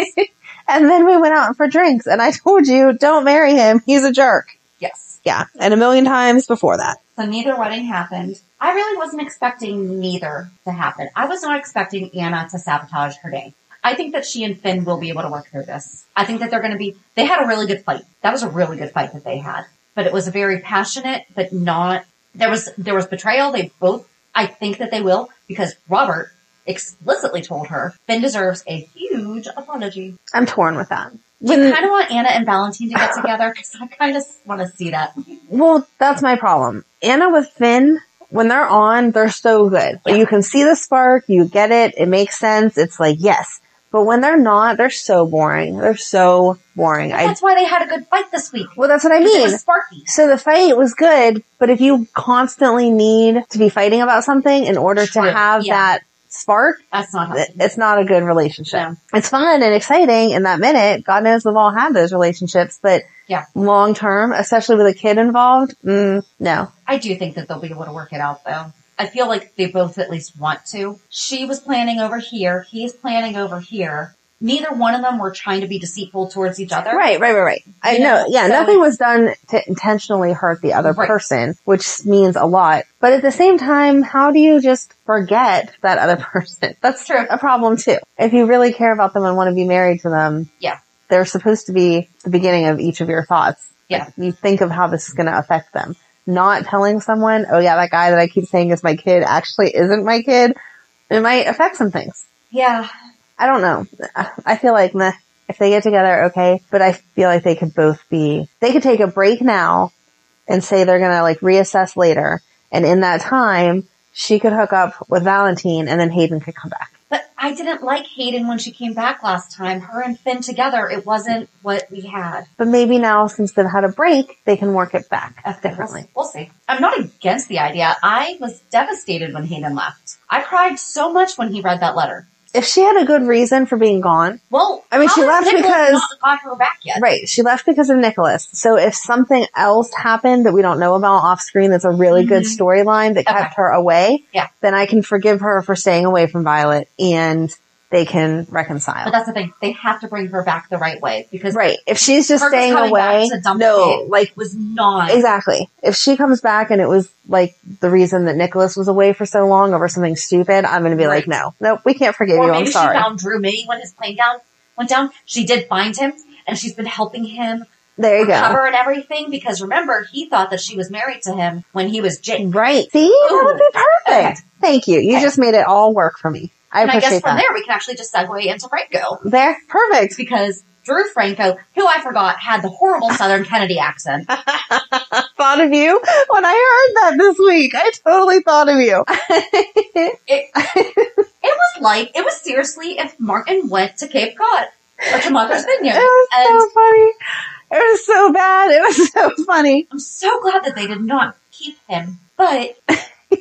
Speaker 2: and then we went out for drinks and I told you, don't marry him. He's a jerk.
Speaker 3: yes.
Speaker 2: Yeah. And a million times before that.
Speaker 3: So neither wedding happened. I really wasn't expecting neither to happen. I was not expecting Anna to sabotage her day. I think that she and Finn will be able to work through this. I think that they're going to be, they had a really good fight. That was a really good fight that they had, but it was very passionate, but not, there was, there was betrayal. They both, I think that they will because Robert explicitly told her Finn deserves a huge apology.
Speaker 2: I'm torn with that.
Speaker 3: Do you
Speaker 2: When,
Speaker 3: kind of want Anna and Valentine to get together? Cause I kind of want to see that.
Speaker 2: well, that's my problem. Anna with Finn, when they're on, they're so good. You can see the spark. You get it. It makes sense. It's like, yes. But when they're not, they're so boring. They're so boring. I,
Speaker 3: That's why they had a good fight this week.
Speaker 2: well, that's what I mean.
Speaker 3: 'Cause It was sparky.
Speaker 2: So the fight was good, but if you constantly need to be fighting about something in order
Speaker 3: True,
Speaker 2: to have
Speaker 3: yeah.
Speaker 2: that spark,
Speaker 3: That's not
Speaker 2: it-
Speaker 3: helpful.
Speaker 2: it's not a good relationship.
Speaker 3: No.
Speaker 2: It's fun and exciting in that minute. God knows we've all had those relationships, but
Speaker 3: Yeah.
Speaker 2: long term, especially with a kid involved, mm, no.
Speaker 3: I do think that they'll be able to work it out though. I feel like they both at least want to. She was planning over here. He's planning over here. Neither one of them were trying to be deceitful towards each other.
Speaker 2: Right, right, right, right. I
Speaker 3: You
Speaker 2: know.
Speaker 3: know,
Speaker 2: Yeah,
Speaker 3: so-
Speaker 2: nothing was done to intentionally hurt the other
Speaker 3: Right.
Speaker 2: person, which means a lot. But at the same time, how do you just forget that other person? That's
Speaker 3: True.
Speaker 2: a problem too. If you really care about them and want to be married to them,
Speaker 3: Yeah.
Speaker 2: they're supposed to be the beginning of each of your thoughts.
Speaker 3: Yeah.
Speaker 2: You think of how this is going to affect them. Not telling someone, oh yeah, that guy that I keep saying is my kid actually isn't my kid. It might affect some things.
Speaker 3: Yeah.
Speaker 2: I don't know. I feel like meh, if they get together, okay. But I feel like they could both be, they could take a break now and say they're going to like reassess later. And in that time, she could hook up with Valentine and then Hayden could come back.
Speaker 3: But I didn't like Hayden when she came back last time. Her and Finn together, it wasn't what we had.
Speaker 2: But maybe now, since they've had a break, they can work it back
Speaker 3: Of course.
Speaker 2: differently.
Speaker 3: We'll see. I'm not against the idea. I was devastated when Hayden left. I cried so much when he read that letter.
Speaker 2: If she had a good reason for being gone,
Speaker 3: Well,
Speaker 2: I mean,
Speaker 3: how
Speaker 2: she
Speaker 3: has
Speaker 2: left
Speaker 3: Nicholas
Speaker 2: because-
Speaker 3: not got her back yet.
Speaker 2: Right. She left because of Nicholas. So if something else happened that we don't know about off screen that's a really good storyline that
Speaker 3: Mm-hmm. Okay.
Speaker 2: kept her away,
Speaker 3: Yeah.
Speaker 2: then I can forgive her for staying away from Violet and they can
Speaker 3: But
Speaker 2: reconcile.
Speaker 3: that's the thing. They have to bring her back the right way because
Speaker 2: Right. If she's just
Speaker 3: her just
Speaker 2: staying
Speaker 3: coming back
Speaker 2: away,
Speaker 3: to dump
Speaker 2: no,
Speaker 3: it
Speaker 2: like
Speaker 3: was not
Speaker 2: Exactly. If she comes back and it was like the reason that Nicholas was away for so long over something stupid, I'm going to be like,
Speaker 3: Right.
Speaker 2: no, nope, we can't forgive
Speaker 3: Or
Speaker 2: you.
Speaker 3: maybe
Speaker 2: I'm sorry.
Speaker 3: she found Drew Maybe when his plane down went down. She did find him, and she's been helping him
Speaker 2: there you go.
Speaker 3: recover and everything. Because remember, he thought that she was married to him when he was Jake.
Speaker 2: Right. See, that would be perfect. Thank you. You
Speaker 3: Okay.
Speaker 2: just made it all work for me. I
Speaker 3: and I
Speaker 2: appreciate
Speaker 3: guess from
Speaker 2: that.
Speaker 3: there we can actually just segue into Franco
Speaker 2: There. Perfect.
Speaker 3: because Drew Franco, who I forgot, had the horrible Southern Kennedy accent.
Speaker 2: Thought of you when I heard that this week. I totally thought of you.
Speaker 3: It, it was like it was seriously if Martin went to Cape Cod or to Mother's Vineyard,
Speaker 2: It was
Speaker 3: and
Speaker 2: so funny. It was so bad. It was so funny.
Speaker 3: I'm so glad that they did not keep him. But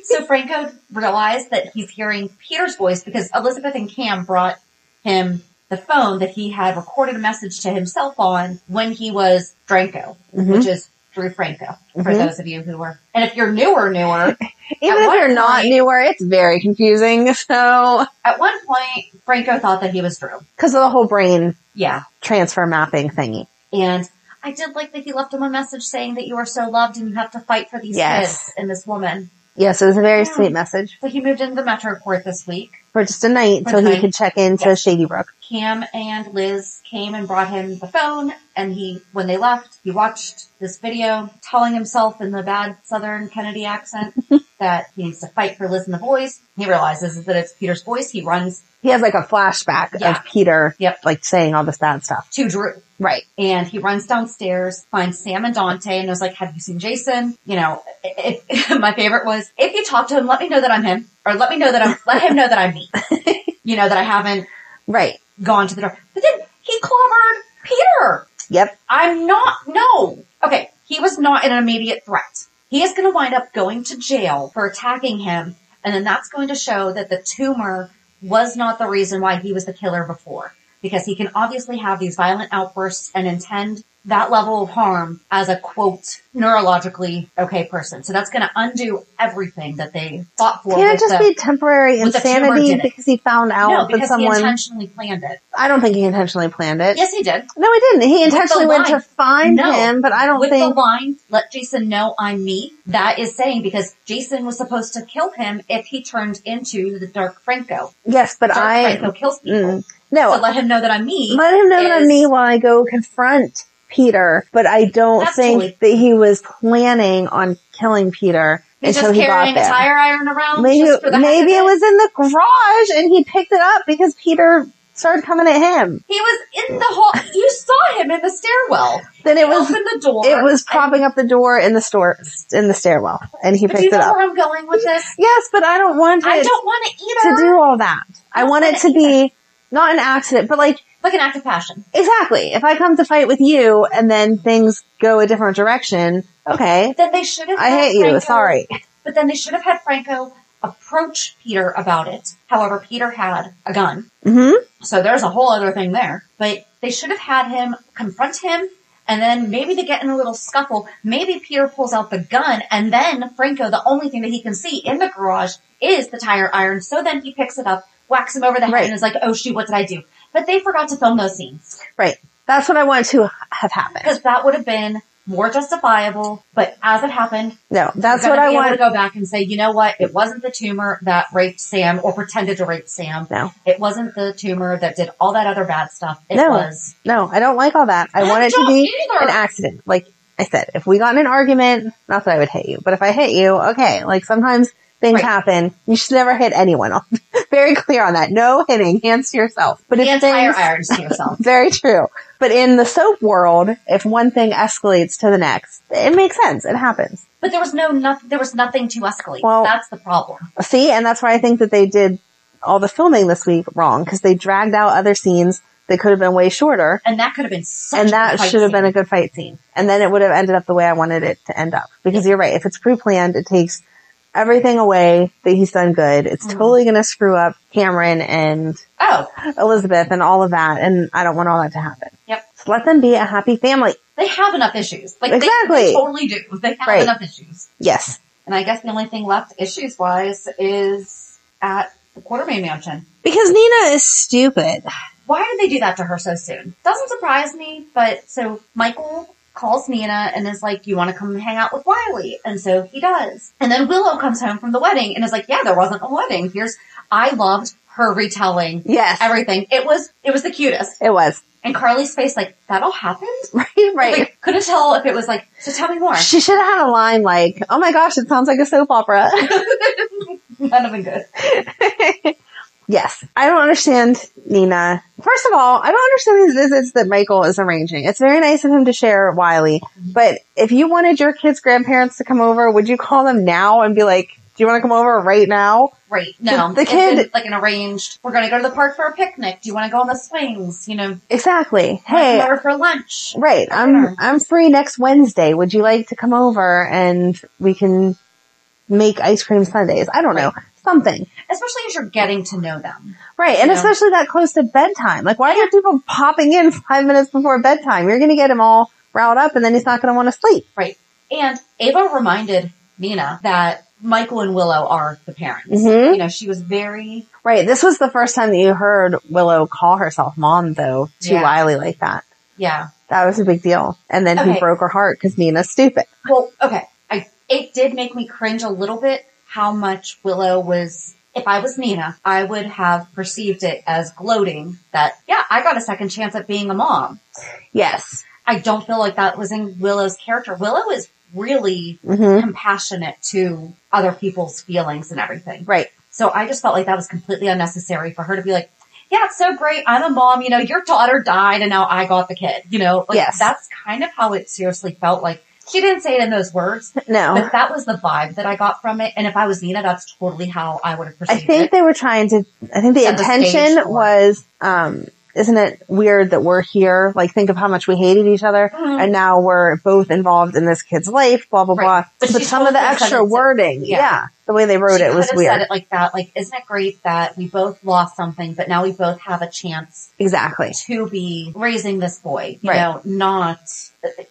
Speaker 3: so Franco realized that he's hearing Peter's voice because Elizabeth and Cam brought him the phone that he had recorded a message to himself on when he was Dranko, which is Drew Franco, for
Speaker 2: Mhm.
Speaker 3: those of you who were. And if you're newer, newer,
Speaker 2: Even
Speaker 3: At
Speaker 2: if
Speaker 3: one
Speaker 2: you're not
Speaker 3: point-
Speaker 2: newer, it's very confusing. So,
Speaker 3: at one point, Franco thought that he was Drew.
Speaker 2: because of the whole brain
Speaker 3: Yeah.
Speaker 2: transfer mapping thingy.
Speaker 3: And I did like that he left him a message saying that you are so loved and you have to fight for these
Speaker 2: Yes.
Speaker 3: kids and this woman.
Speaker 2: Yes, it was a very
Speaker 3: Yeah.
Speaker 2: sweet message
Speaker 3: So he moved into the Metro Court this week.
Speaker 2: for just a night
Speaker 3: For
Speaker 2: until he
Speaker 3: tonight.
Speaker 2: could check into
Speaker 3: Yeah.
Speaker 2: Shady Brook.
Speaker 3: Cam and Liz came and brought him the phone and he, when they left, he watched this video telling himself in the bad Southern Kennedy accent that he needs to fight for Liz and the boys. He realizes that it's Peter's voice. He runs
Speaker 2: He has like a flashback
Speaker 3: Yeah.
Speaker 2: of Peter,
Speaker 3: Yep.
Speaker 2: like saying all this bad stuff.
Speaker 3: to Drew
Speaker 2: Right.
Speaker 3: and he runs downstairs, finds Sam and Dante and was like, have you seen Jason? You know, if, my favorite was, if you talk to him, let me know that I'm him or let me know that I'm, let him know that I'm me, you know, that I haven't
Speaker 2: Right.
Speaker 3: gone to the door. But then he clobbered Peter.
Speaker 2: Yep.
Speaker 3: I'm not, no. Okay, he was not an immediate threat. He is going to wind up going to jail for attacking him, and then that's going to show that the tumor was not the reason why he was the killer before. Because he can obviously have these violent outbursts and intend that level of harm as a quote, neurologically okay person. So that's going to undo everything that they fought for.
Speaker 2: Can it
Speaker 3: with
Speaker 2: just
Speaker 3: the-
Speaker 2: be temporary
Speaker 3: with the tumor
Speaker 2: insanity
Speaker 3: did it.
Speaker 2: because he found out
Speaker 3: no,
Speaker 2: that
Speaker 3: because
Speaker 2: someone?
Speaker 3: he intentionally planned it.
Speaker 2: I don't think he intentionally planned it.
Speaker 3: Yes, he did.
Speaker 2: No, he didn't. He intentionally went
Speaker 3: line.
Speaker 2: to find
Speaker 3: No.
Speaker 2: him, but I don't
Speaker 3: with
Speaker 2: think.
Speaker 3: the line, let Jason know I'm me, that is saying because Jason was supposed to kill him if he turned into the Dark Franco.
Speaker 2: yes, but
Speaker 3: Dark
Speaker 2: I.
Speaker 3: Franco kills people.
Speaker 2: Mm. no,
Speaker 3: So let him know that I'm me.
Speaker 2: let him know that I'm
Speaker 3: is-
Speaker 2: me while I go confront Peter, but I don't
Speaker 3: That's
Speaker 2: think
Speaker 3: totally-
Speaker 2: that he was planning on killing Peter
Speaker 3: He's
Speaker 2: until
Speaker 3: just
Speaker 2: he got
Speaker 3: carrying a
Speaker 2: there.
Speaker 3: tire iron around.
Speaker 2: maybe
Speaker 3: just for the heck
Speaker 2: maybe
Speaker 3: of
Speaker 2: it was in the garage and he picked it up because Peter started coming at him.
Speaker 3: He was in the hall. you saw him in the stairwell.
Speaker 2: Then
Speaker 3: He
Speaker 2: it was
Speaker 3: opened the door.
Speaker 2: it was
Speaker 3: and-
Speaker 2: propping up the door in the store in the stairwell and he
Speaker 3: But do you
Speaker 2: picked it
Speaker 3: know
Speaker 2: up.
Speaker 3: where I'm going with this?
Speaker 2: Yes, but I don't want it
Speaker 3: I don't want it
Speaker 2: to
Speaker 3: either.
Speaker 2: do all that. I
Speaker 3: don't
Speaker 2: want
Speaker 3: want
Speaker 2: it
Speaker 3: it
Speaker 2: to be not an accident, but like
Speaker 3: like an act of passion.
Speaker 2: exactly. If I come to fight with you and then things go a different direction, okay.
Speaker 3: Then they should have.
Speaker 2: I
Speaker 3: had
Speaker 2: hate you.
Speaker 3: Franco-
Speaker 2: Sorry.
Speaker 3: But then they should have had Franco approach Peter about it. However, Peter had a gun.
Speaker 2: hmm
Speaker 3: So there's a whole other thing there. But they should have had him confront him and then maybe they get in a little scuffle. Maybe Peter pulls out the gun and then Franco, the only thing that he can see in the garage is the tire iron. So then he picks it up, whacks him over the head
Speaker 2: Right.
Speaker 3: and is like, oh shoot, what did I do? But they forgot to film those scenes
Speaker 2: Right. That's what I want to have happen.
Speaker 3: because that would have been more justifiable. But as it happened,
Speaker 2: No, that's
Speaker 3: we're
Speaker 2: what
Speaker 3: gonna
Speaker 2: I
Speaker 3: be able
Speaker 2: want.
Speaker 3: to go back and say, you know what? It wasn't the tumor that raped Sam or pretended to rape Sam.
Speaker 2: No.
Speaker 3: It wasn't the tumor that did all that other bad stuff. It
Speaker 2: No.
Speaker 3: was.
Speaker 2: No, I don't like all that. I
Speaker 3: I
Speaker 2: want it to
Speaker 3: don't
Speaker 2: be
Speaker 3: either.
Speaker 2: an accident. Like I said, if we got in an argument, not that I would hit you, but if I hit you, okay. Like sometimes things
Speaker 3: Right.
Speaker 2: happen. You should never hit anyone. I'm very clear on that. No hitting, hands to yourself. But if
Speaker 3: And tire
Speaker 2: things,
Speaker 3: irons to yourself.
Speaker 2: very true. But in the soap world, if one thing escalates to the next, it makes sense. It happens.
Speaker 3: But there was no, nothing. there was nothing to escalate.
Speaker 2: Well-
Speaker 3: That's the problem.
Speaker 2: See, and that's why I think that they did all the filming this week wrong because they dragged out other scenes that could have been way shorter,
Speaker 3: And that could have been such
Speaker 2: and
Speaker 3: a
Speaker 2: that
Speaker 3: good fight
Speaker 2: should have been
Speaker 3: scene.
Speaker 2: a good fight scene. And then it would have ended up the way I wanted it to end up. Because you're right, if it's pre-planned, it takes everything away that he's done good. It's
Speaker 3: Mm-hmm.
Speaker 2: totally going to screw up Cameron and
Speaker 3: Oh,
Speaker 2: Elizabeth and all of that, and I don't want all that to happen.
Speaker 3: yep.
Speaker 2: So let them be a happy family.
Speaker 3: They have enough issues. Like they,
Speaker 2: Exactly.
Speaker 3: they totally do. They have
Speaker 2: Right.
Speaker 3: enough issues.
Speaker 2: Yes.
Speaker 3: And I guess the only thing left issues wise is at the Quartermain Mansion.
Speaker 2: Because Nina is stupid.
Speaker 3: Why did they do that to her so soon? Doesn't surprise me, but so Michael calls Nina and is like, you want to come hang out with Wiley? And so he does. And then Willow comes home from the wedding and is like, yeah, there wasn't a wedding. Here's, I loved her retelling
Speaker 2: Yes.
Speaker 3: everything. It was, it was the cutest.
Speaker 2: It was.
Speaker 3: And Carly's face like, that all happened?
Speaker 2: Right, right.
Speaker 3: Like, couldn't tell if it was like, so tell me more.
Speaker 2: she should have had a line like, oh my gosh, it sounds like a soap opera.
Speaker 3: That'd have been good.
Speaker 2: yes. I don't understand Nina. First of all, I don't understand these visits that Michael is arranging. It's very nice of him to share Wiley, but if you wanted your kids' grandparents to come over, would you call them now and be like, do you want to come over right now?
Speaker 3: Right. No.
Speaker 2: The- the
Speaker 3: It's
Speaker 2: kid-
Speaker 3: been, like an arranged, we're going to go to the park for a picnic. Do you want to go on the swings? You know,
Speaker 2: Exactly.
Speaker 3: hey.
Speaker 2: Hey,
Speaker 3: come over for lunch.
Speaker 2: Right.
Speaker 3: Dinner.
Speaker 2: I'm I'm free next Wednesday. Would you like to come over and we can make ice cream sundaes? I don't know. Something.
Speaker 3: Especially as you're getting to know them.
Speaker 2: Right. And
Speaker 3: Yeah.
Speaker 2: especially that close to bedtime. Like why are people popping in five minutes before bedtime? You're gonna get him all riled up and then he's not gonna want to sleep.
Speaker 3: Right. And Ava reminded Nina that Michael and Willow are the parents.
Speaker 2: Mhm.
Speaker 3: You know, she was very,
Speaker 2: Right. This was the first time that you heard Willow call herself mom though to
Speaker 3: Yeah.
Speaker 2: Wiley like that.
Speaker 3: yeah.
Speaker 2: That was a big deal. And then he
Speaker 3: Okay.
Speaker 2: broke her heart because Nina's stupid.
Speaker 3: Well, okay. I, it did make me cringe a little bit how much Willow was, if I was Nina, I would have perceived it as gloating that, yeah, I got a second chance at being a mom.
Speaker 2: Yes.
Speaker 3: I don't feel like that was in Willow's character. Willow is really
Speaker 2: hmm
Speaker 3: compassionate to other people's feelings and everything.
Speaker 2: Right.
Speaker 3: So I just felt like that was completely unnecessary for her to be like, yeah, it's so great. I'm a mom. You know, your daughter died and now I got the kid. You know, like
Speaker 2: Yes.
Speaker 3: that's kind of how it seriously felt like. She didn't say it in those words,
Speaker 2: No.
Speaker 3: but that was the vibe that I got from it. And if I was Nina, that's totally how I would have
Speaker 2: I
Speaker 3: perceived
Speaker 2: think
Speaker 3: it.
Speaker 2: they were trying to. I think the
Speaker 3: Set the stage
Speaker 2: intention
Speaker 3: for it.
Speaker 2: was, um, isn't it weird that we're here? Like, think of how much we hated each other,
Speaker 3: Mhm.
Speaker 2: and now we're both involved in this kid's life. Blah blah
Speaker 3: Right.
Speaker 2: blah. But,
Speaker 3: But she
Speaker 2: some of the
Speaker 3: totally said
Speaker 2: extra
Speaker 3: it's a-
Speaker 2: wording, yeah.
Speaker 3: yeah.
Speaker 2: the way they wrote
Speaker 3: She
Speaker 2: it
Speaker 3: could
Speaker 2: was
Speaker 3: have
Speaker 2: weird.
Speaker 3: said it like that. Like, isn't it great that we both lost something, but now we both have a chance
Speaker 2: Exactly.
Speaker 3: to be raising this boy, you
Speaker 2: Right.
Speaker 3: know, not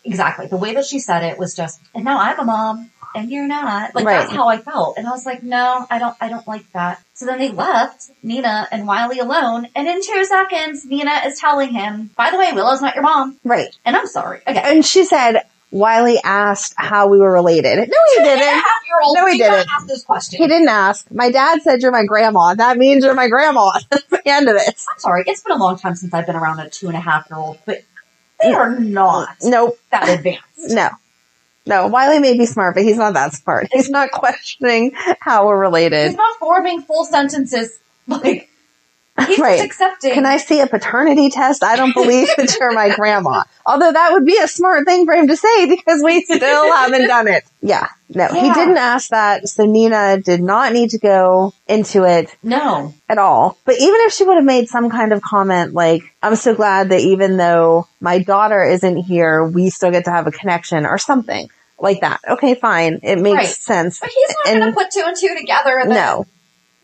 Speaker 3: exactly the way that she said it was just, and now I'm a mom and you're not. Like that's
Speaker 2: Right.
Speaker 3: how I felt. And I was like, no, I don't, I don't like that. So then they left Nina and Wiley alone. And in two seconds, Nina is telling him, by the way, Willow's not your mom.
Speaker 2: Right.
Speaker 3: And I'm sorry. Okay.
Speaker 2: And she said Wiley asked how we were related. No, he didn't.
Speaker 3: year old.
Speaker 2: No, he didn't.
Speaker 3: Ask those questions.
Speaker 2: He didn't ask. My dad said you're my grandma. That means you're my grandma. That's the end of this.
Speaker 3: I'm sorry. It's been a long time since I've been around a two and a half year old, but they are not
Speaker 2: Nope.
Speaker 3: that advanced.
Speaker 2: No. No, Wiley may be smart, but he's not that smart. He's not questioning how we're
Speaker 3: He's
Speaker 2: related.
Speaker 3: not forming full sentences. Like he's
Speaker 2: Right.
Speaker 3: just accepting.
Speaker 2: Can I see a paternity test? I don't believe that you're my grandma. Although that would be a smart thing for him to say because we still haven't done it. Yeah. No, he
Speaker 3: Yeah.
Speaker 2: didn't ask that. So Nina did not need to go into it
Speaker 3: No.
Speaker 2: at all. But even if she would have made some kind of comment like, I'm so glad that even though my daughter isn't here, we still get to have a connection or something like that. Okay, fine. It makes
Speaker 3: Right.
Speaker 2: sense.
Speaker 3: But he's not going
Speaker 2: And-
Speaker 3: to put two and two together. That,
Speaker 2: No.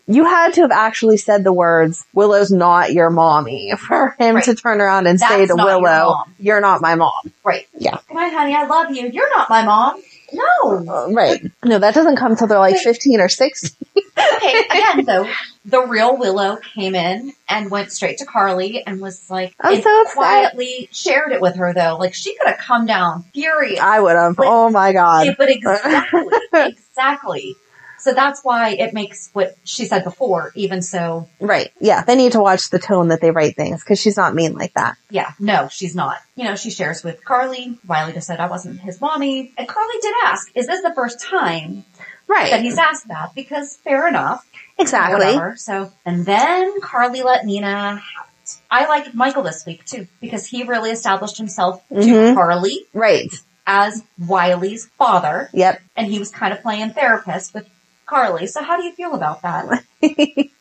Speaker 2: You had to have actually said the words, Willow's not your mommy, for him
Speaker 3: Right.
Speaker 2: to turn around and
Speaker 3: That's
Speaker 2: say to
Speaker 3: not your
Speaker 2: Willow,
Speaker 3: mom.
Speaker 2: you're not my mom.
Speaker 3: Right.
Speaker 2: Yeah.
Speaker 3: Come on, honey. I love you. You're not my mom. No.
Speaker 2: Uh, Right. No, that doesn't come till they're like 15 or 16.
Speaker 3: Okay. Again, though, the real Willow came in and went straight to Carly and was like,
Speaker 2: I'm
Speaker 3: and
Speaker 2: so upset.
Speaker 3: quietly shared it with her though. Like she could have come down furious.
Speaker 2: I would have.
Speaker 3: But-
Speaker 2: oh my
Speaker 3: Yeah,
Speaker 2: God.
Speaker 3: but exactly, exactly. So that's why it makes what she said before even so.
Speaker 2: Right. Yeah. They need to watch the tone that they write things because she's not mean like that.
Speaker 3: Yeah, no, she's not. You know, she shares with Carly. Wiley just said I wasn't his mommy, and Carly did ask, "Is this the first time that he's asked that because fair enough.
Speaker 2: Exactly.
Speaker 3: Whatever. So, and then Carly let Nina have it. I liked Michael this week too because he really established himself
Speaker 2: Mhm.
Speaker 3: to Carly
Speaker 2: Right.
Speaker 3: as Wiley's father
Speaker 2: Yep.
Speaker 3: and he was kind of playing therapist with Carly. So how do you feel about that?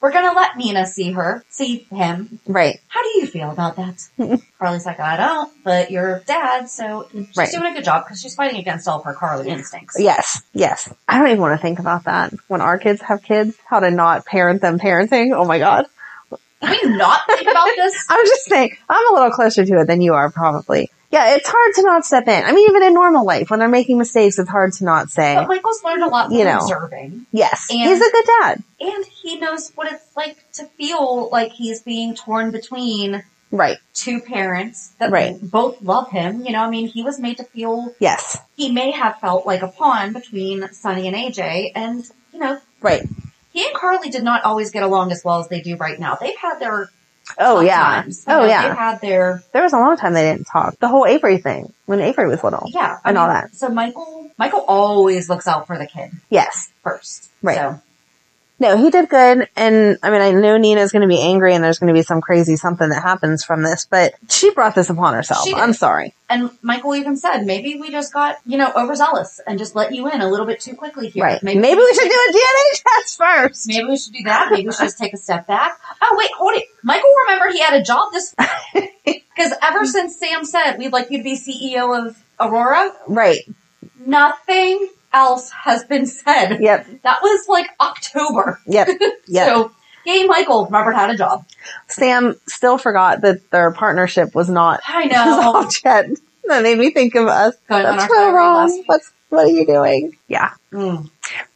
Speaker 3: We're gonna let Nina see her, see him.
Speaker 2: Right.
Speaker 3: How do you feel about that? Carly's like, I don't, but you're dad, so she's
Speaker 2: Right.
Speaker 3: doing a good job because she's fighting against all of her Carly instincts.
Speaker 2: Yes. Yes. I don't even want to think about that. When our kids have kids, how to not parent them parenting. Oh my God.
Speaker 3: Can you not think about this?
Speaker 2: I'm just saying, I'm a little closer to it than you are probably. Yeah, it's hard to not step in. I mean, even in normal life, when they're making mistakes, it's hard to not say,
Speaker 3: But Michael's learned a lot from
Speaker 2: You know.
Speaker 3: observing.
Speaker 2: yes,
Speaker 3: and-
Speaker 2: he's a good dad.
Speaker 3: And he knows what it's like to feel like he's being torn between
Speaker 2: Right.
Speaker 3: two parents that
Speaker 2: Right.
Speaker 3: both love him. You know, I mean, he was made to feel,
Speaker 2: Yes.
Speaker 3: he may have felt like a pawn between Sonny and AJ. And, you know,
Speaker 2: Right.
Speaker 3: he and Carly did not always get along as well as they do right now. They've had their
Speaker 2: Oh,
Speaker 3: tough
Speaker 2: yeah.
Speaker 3: times. You
Speaker 2: Oh,
Speaker 3: know,
Speaker 2: yeah.
Speaker 3: They've had their,
Speaker 2: There was a long time they didn't talk. The whole Avery thing, when Avery was little.
Speaker 3: yeah.
Speaker 2: And all that.
Speaker 3: So Michael, Michael always looks out for the kid
Speaker 2: Yes.
Speaker 3: first.
Speaker 2: Right.
Speaker 3: So,
Speaker 2: No, he did good. And I mean, I know Nina's going to be angry and there's going to be some crazy something that happens from this, but she brought this upon herself.
Speaker 3: She did.
Speaker 2: I'm sorry.
Speaker 3: And Michael even said, maybe we just got, you know, overzealous and just let you in a little bit too quickly here.
Speaker 2: Right. Maybe, we should do a DNA test first.
Speaker 3: Maybe we should do that. Maybe we should just take a step back. Oh, wait, hold it. Michael remembered he had a job this, because ever since Sam said we'd like you to be CEO of Aurora,
Speaker 2: Right.
Speaker 3: nothing else has been said.
Speaker 2: Yep.
Speaker 3: That was like October.
Speaker 2: Yep. Yep.
Speaker 3: So, yay, Michael, Robert had a job.
Speaker 2: Sam still forgot that their partnership was not
Speaker 3: I know.
Speaker 2: resolved yet. That made me think of us.
Speaker 3: Going on our
Speaker 2: That's so
Speaker 3: tirade last
Speaker 2: wrong.
Speaker 3: week.
Speaker 2: What's what are you doing? Yeah.
Speaker 3: Mm.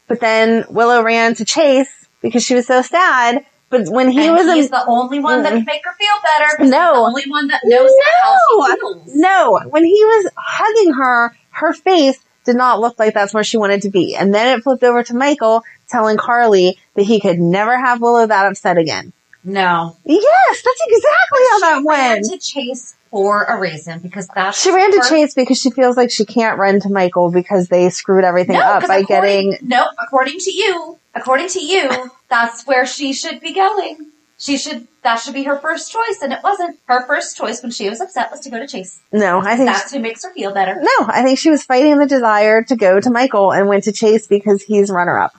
Speaker 2: But then Willow ran to Chase because she was so sad. But when he
Speaker 3: and
Speaker 2: was
Speaker 3: he's
Speaker 2: in,
Speaker 3: the only one that can make her feel better. 'cause he's
Speaker 2: No.
Speaker 3: the only one that knows how she feels.
Speaker 2: no, when he was hugging her, her face did not look like that's where she wanted to be. And then it flipped over to Michael telling Carly that he could never have Willow that upset again.
Speaker 3: No.
Speaker 2: Yes, that's exactly how that
Speaker 3: Ran
Speaker 2: went.
Speaker 3: to Chase for a reason because that's
Speaker 2: She ran to
Speaker 3: her-
Speaker 2: Chase because she feels like she can't run to Michael because they screwed everything
Speaker 3: No,
Speaker 2: up
Speaker 3: 'cause
Speaker 2: by
Speaker 3: according-
Speaker 2: getting
Speaker 3: No, according to you, according to you, that's where she should be going. She should that should be her first choice, and it wasn't. Her first choice when she was upset was to go to Chase.
Speaker 2: no. I think
Speaker 3: That's who makes her feel better.
Speaker 2: no. I think she was fighting the desire to go to Michael and went to Chase because he's runner up.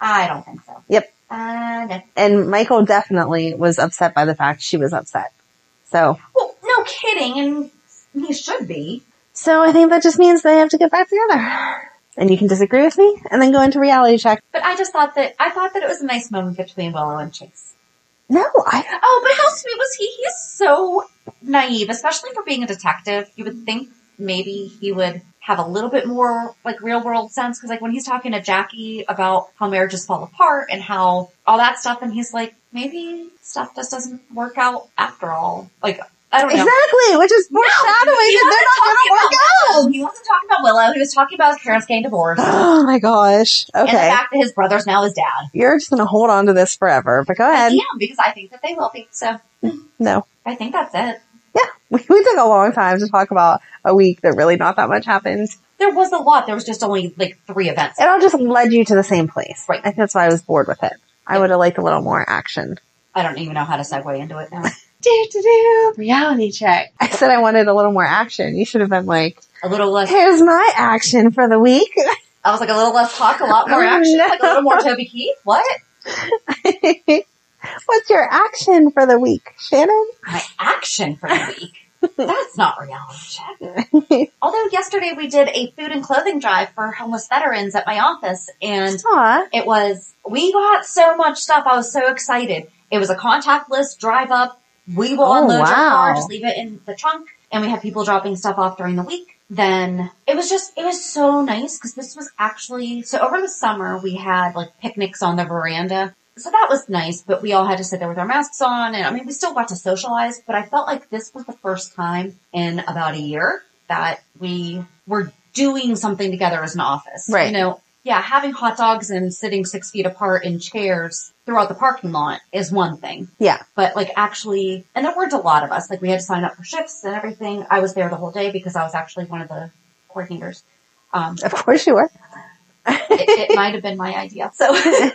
Speaker 3: I don't think so.
Speaker 2: Yep.
Speaker 3: Uh, no.
Speaker 2: And Michael definitely was upset by the fact she was upset. So
Speaker 3: Well, no kidding, and he should be.
Speaker 2: so I think that just means they have to get back together. And you can disagree with me and then go into reality check.
Speaker 3: But I just thought that I thought that it was a nice moment between Willow and Chase.
Speaker 2: No, I
Speaker 3: Oh, but how sweet was he? He's so naive, especially for being a detective. You would think maybe he would have a little bit more like real world sense because like when he's talking to Jackie about how marriages fall apart and how all that stuff, and he's like, maybe stuff just doesn't work out after all. Like I don't know.
Speaker 2: exactly, which is
Speaker 3: No,
Speaker 2: foreshadowing
Speaker 3: he
Speaker 2: that they're
Speaker 3: wasn't
Speaker 2: not going
Speaker 3: talking
Speaker 2: to work
Speaker 3: about-
Speaker 2: out.
Speaker 3: He wasn't talking about Willow. He was talking about his parents getting divorced
Speaker 2: Oh my gosh.
Speaker 3: and the
Speaker 2: Okay.
Speaker 3: fact that his brother's now his dad.
Speaker 2: You're just going to hold on to this forever, but go ahead.
Speaker 3: I am because I think that they will be. So
Speaker 2: No.
Speaker 3: I think that's it.
Speaker 2: we took a long time to talk about a week that really not that much happened.
Speaker 3: There was a lot. There was just only like three events.
Speaker 2: It all just led you to the same place.
Speaker 3: Right.
Speaker 2: I think that's why I was bored with it. I would have liked a little more action.
Speaker 3: I don't even know how to segue into it now.
Speaker 2: Do do do. Reality check. I said I wanted a little more action. You should have been like,
Speaker 3: A little less.
Speaker 2: "Here's my action for the week."
Speaker 3: I was like a little less talk, a lot more action, like a little more Toby Keith. What?
Speaker 2: What's your action for the week, Shannon?
Speaker 3: My action for the week. That's not reality check. Although yesterday we did a food and clothing drive for homeless veterans at my office, and
Speaker 2: Aw,
Speaker 3: It was, we got so much stuff. I was so excited. It was a contact list, drive up. We will
Speaker 2: Oh,
Speaker 3: unload your car,
Speaker 2: wow.
Speaker 3: just leave it in the trunk. And we had people dropping stuff off during the week. Then it was just, it was so nice because this was actually, so over the summer we had like picnics on the veranda. So that was nice, but we all had to sit there with our masks on. And I mean, we still got to socialize, but I felt like this was the first time in about a year that we were doing something together as an office.
Speaker 2: Right.
Speaker 3: You know, yeah, having hot dogs and sitting six feet apart in chairs throughout the parking lot is one thing.
Speaker 2: yeah,
Speaker 3: But like actually, and there weren't a lot of us. Like we had to sign up for shifts and everything. I was there the whole day because I was actually one of the coordinators. Um,
Speaker 2: of course you were.
Speaker 3: it, it might have been my idea. So,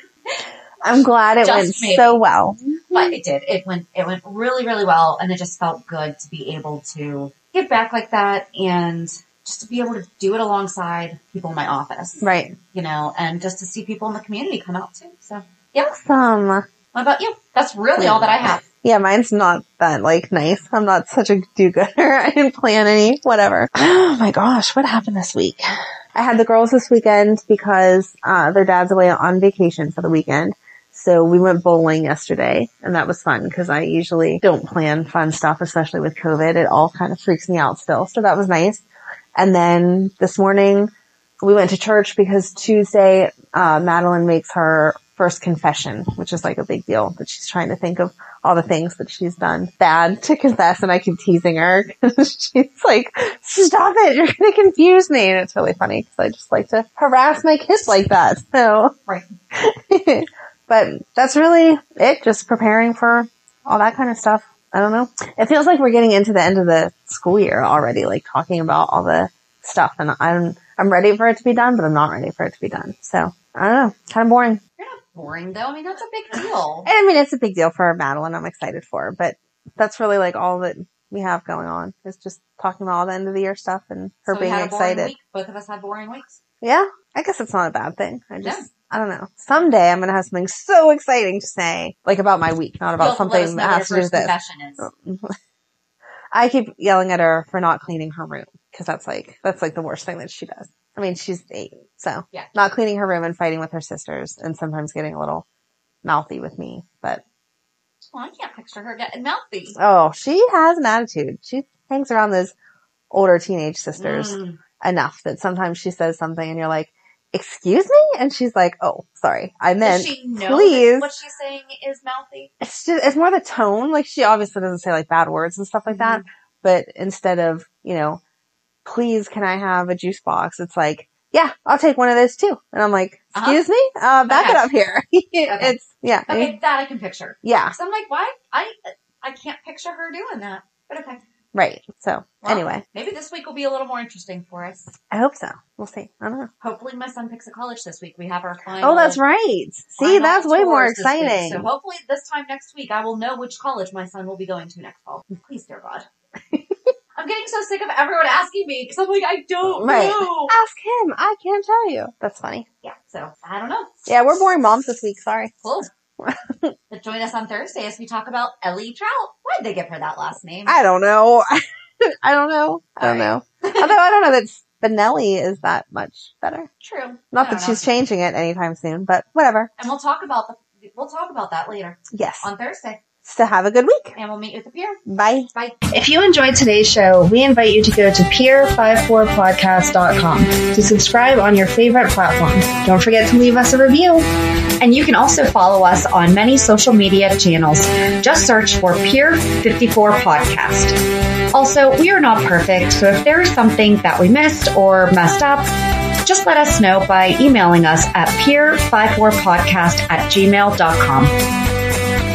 Speaker 2: I'm glad it
Speaker 3: Just
Speaker 2: went
Speaker 3: maybe.
Speaker 2: so well.
Speaker 3: but it did. It went, it went really, really well. And it just felt good to be able to give back like that. And just to be able to do it alongside people in my office,
Speaker 2: Right.
Speaker 3: you know, and just to see people in the community come out too. So, yeah.
Speaker 2: Some.
Speaker 3: What about you? That's really all that I have.
Speaker 2: Yeah, mine's not that like nice. I'm not such a do-gooder. I didn't plan any, whatever. Oh my gosh, what happened this week? I had the girls this weekend because uh, their dad's away on vacation for the weekend. So we went bowling yesterday and that was fun because I usually don't plan fun stuff, especially with COVID. It all kind of freaks me out still. So that was nice. And then this morning we went to church because Tuesday, uh, Madeline makes her first confession, which is like a big deal that she's trying to think of all the things that she's done bad to confess. And I keep teasing her. 'cause she's like, stop it. You're going to confuse me. And it's really funny because I just like to harass my kids like that. So,
Speaker 3: Right.
Speaker 2: but that's really it. Just preparing for all that kind of stuff. I don't know. It feels like we're getting into the end of the school year already, like talking about all the stuff. And I'm, I'm ready for it to be done, but I'm not ready for it to be done. So I don't know. Kind of boring.
Speaker 3: You're not boring though. I mean, that's a big deal.
Speaker 2: And I mean, it's a big deal for Madeline. I'm excited for her, but that's really like all that we have going on is just talking about all the end of the year stuff and her
Speaker 3: So we
Speaker 2: being
Speaker 3: had a boring
Speaker 2: excited.
Speaker 3: Week. Both of us had boring weeks.
Speaker 2: Yeah. I guess it's not a bad thing. I just, I don't know. Someday I'm going to have something so exciting to say, like about my week, not about
Speaker 3: You'll have to let us know
Speaker 2: something that Oh.
Speaker 3: what
Speaker 2: has to
Speaker 3: your
Speaker 2: do
Speaker 3: first
Speaker 2: with this.
Speaker 3: confession is.
Speaker 2: I keep yelling at her for not cleaning her room because that's like that's like the worst thing that she does. I mean, she's eight, so
Speaker 3: Yeah.
Speaker 2: not cleaning her room and fighting with her sisters, and sometimes getting a little mouthy with me. But
Speaker 3: Well, I can't picture her getting mouthy.
Speaker 2: oh, she has an attitude. She hangs around those older teenage sisters
Speaker 3: Mm.
Speaker 2: enough that sometimes she says something, and you're like, "Excuse me," and she's like, "Oh, sorry, I meant."
Speaker 3: Does she know
Speaker 2: please.
Speaker 3: that what she's saying is mouthy?
Speaker 2: it's just it's more the tone. Like she obviously doesn't say like bad words and stuff like that,
Speaker 3: Mm-hmm.
Speaker 2: but instead of you know, please can I have a juice box? It's like yeah, I'll take one of those too. And I'm like,
Speaker 3: Uh-huh.
Speaker 2: excuse me, uh, back it
Speaker 3: Okay.
Speaker 2: up here. It's yeah,
Speaker 3: Okay, that I can picture.
Speaker 2: yeah,
Speaker 3: So I'm like, why? I I can't picture her doing that. But okay.
Speaker 2: right. So
Speaker 3: Well,
Speaker 2: anyway,
Speaker 3: maybe this week will be a little more interesting for us.
Speaker 2: I hope so. We'll see. I don't know.
Speaker 3: Hopefully, my son picks a college this week. We have our final.
Speaker 2: Oh, that's right. See,
Speaker 3: final
Speaker 2: that's way more
Speaker 3: tours this week.
Speaker 2: exciting.
Speaker 3: So hopefully, this time next week, I will know which college my son will be going to next fall. Please, dear God. I'm getting so sick of everyone asking me because I'm like, I don't
Speaker 2: Right.
Speaker 3: know.
Speaker 2: Ask him. I can't tell you. That's funny.
Speaker 3: Yeah. So I don't know.
Speaker 2: Yeah, we're boring moms this week. Sorry.
Speaker 3: Cool. but join us on Thursday as we talk about Ellie Trout. Why'd they give her that last name?
Speaker 2: I don't know. I don't know. I don't know.
Speaker 3: All
Speaker 2: Although I don't know that Spinelli is that much better.
Speaker 3: True. I
Speaker 2: Not that
Speaker 3: don't
Speaker 2: she's
Speaker 3: know.
Speaker 2: changing it anytime soon, but whatever.
Speaker 3: And we'll talk about the we'll talk about that later
Speaker 2: Yes.
Speaker 3: on Thursday,
Speaker 2: So have a good week.
Speaker 3: and we'll meet you at the pier.
Speaker 2: Bye.
Speaker 3: Bye.
Speaker 1: If you enjoyed today's show, we invite you to go to peer54podcast.com to subscribe on your favorite platform. Don't forget to leave us a review. And you can also follow us on many social media channels. Just search for Peer54 Podcast. Also, we are not perfect, so if there is something that we missed or messed up, just let us know by emailing us at peer54podcast at gmail.com.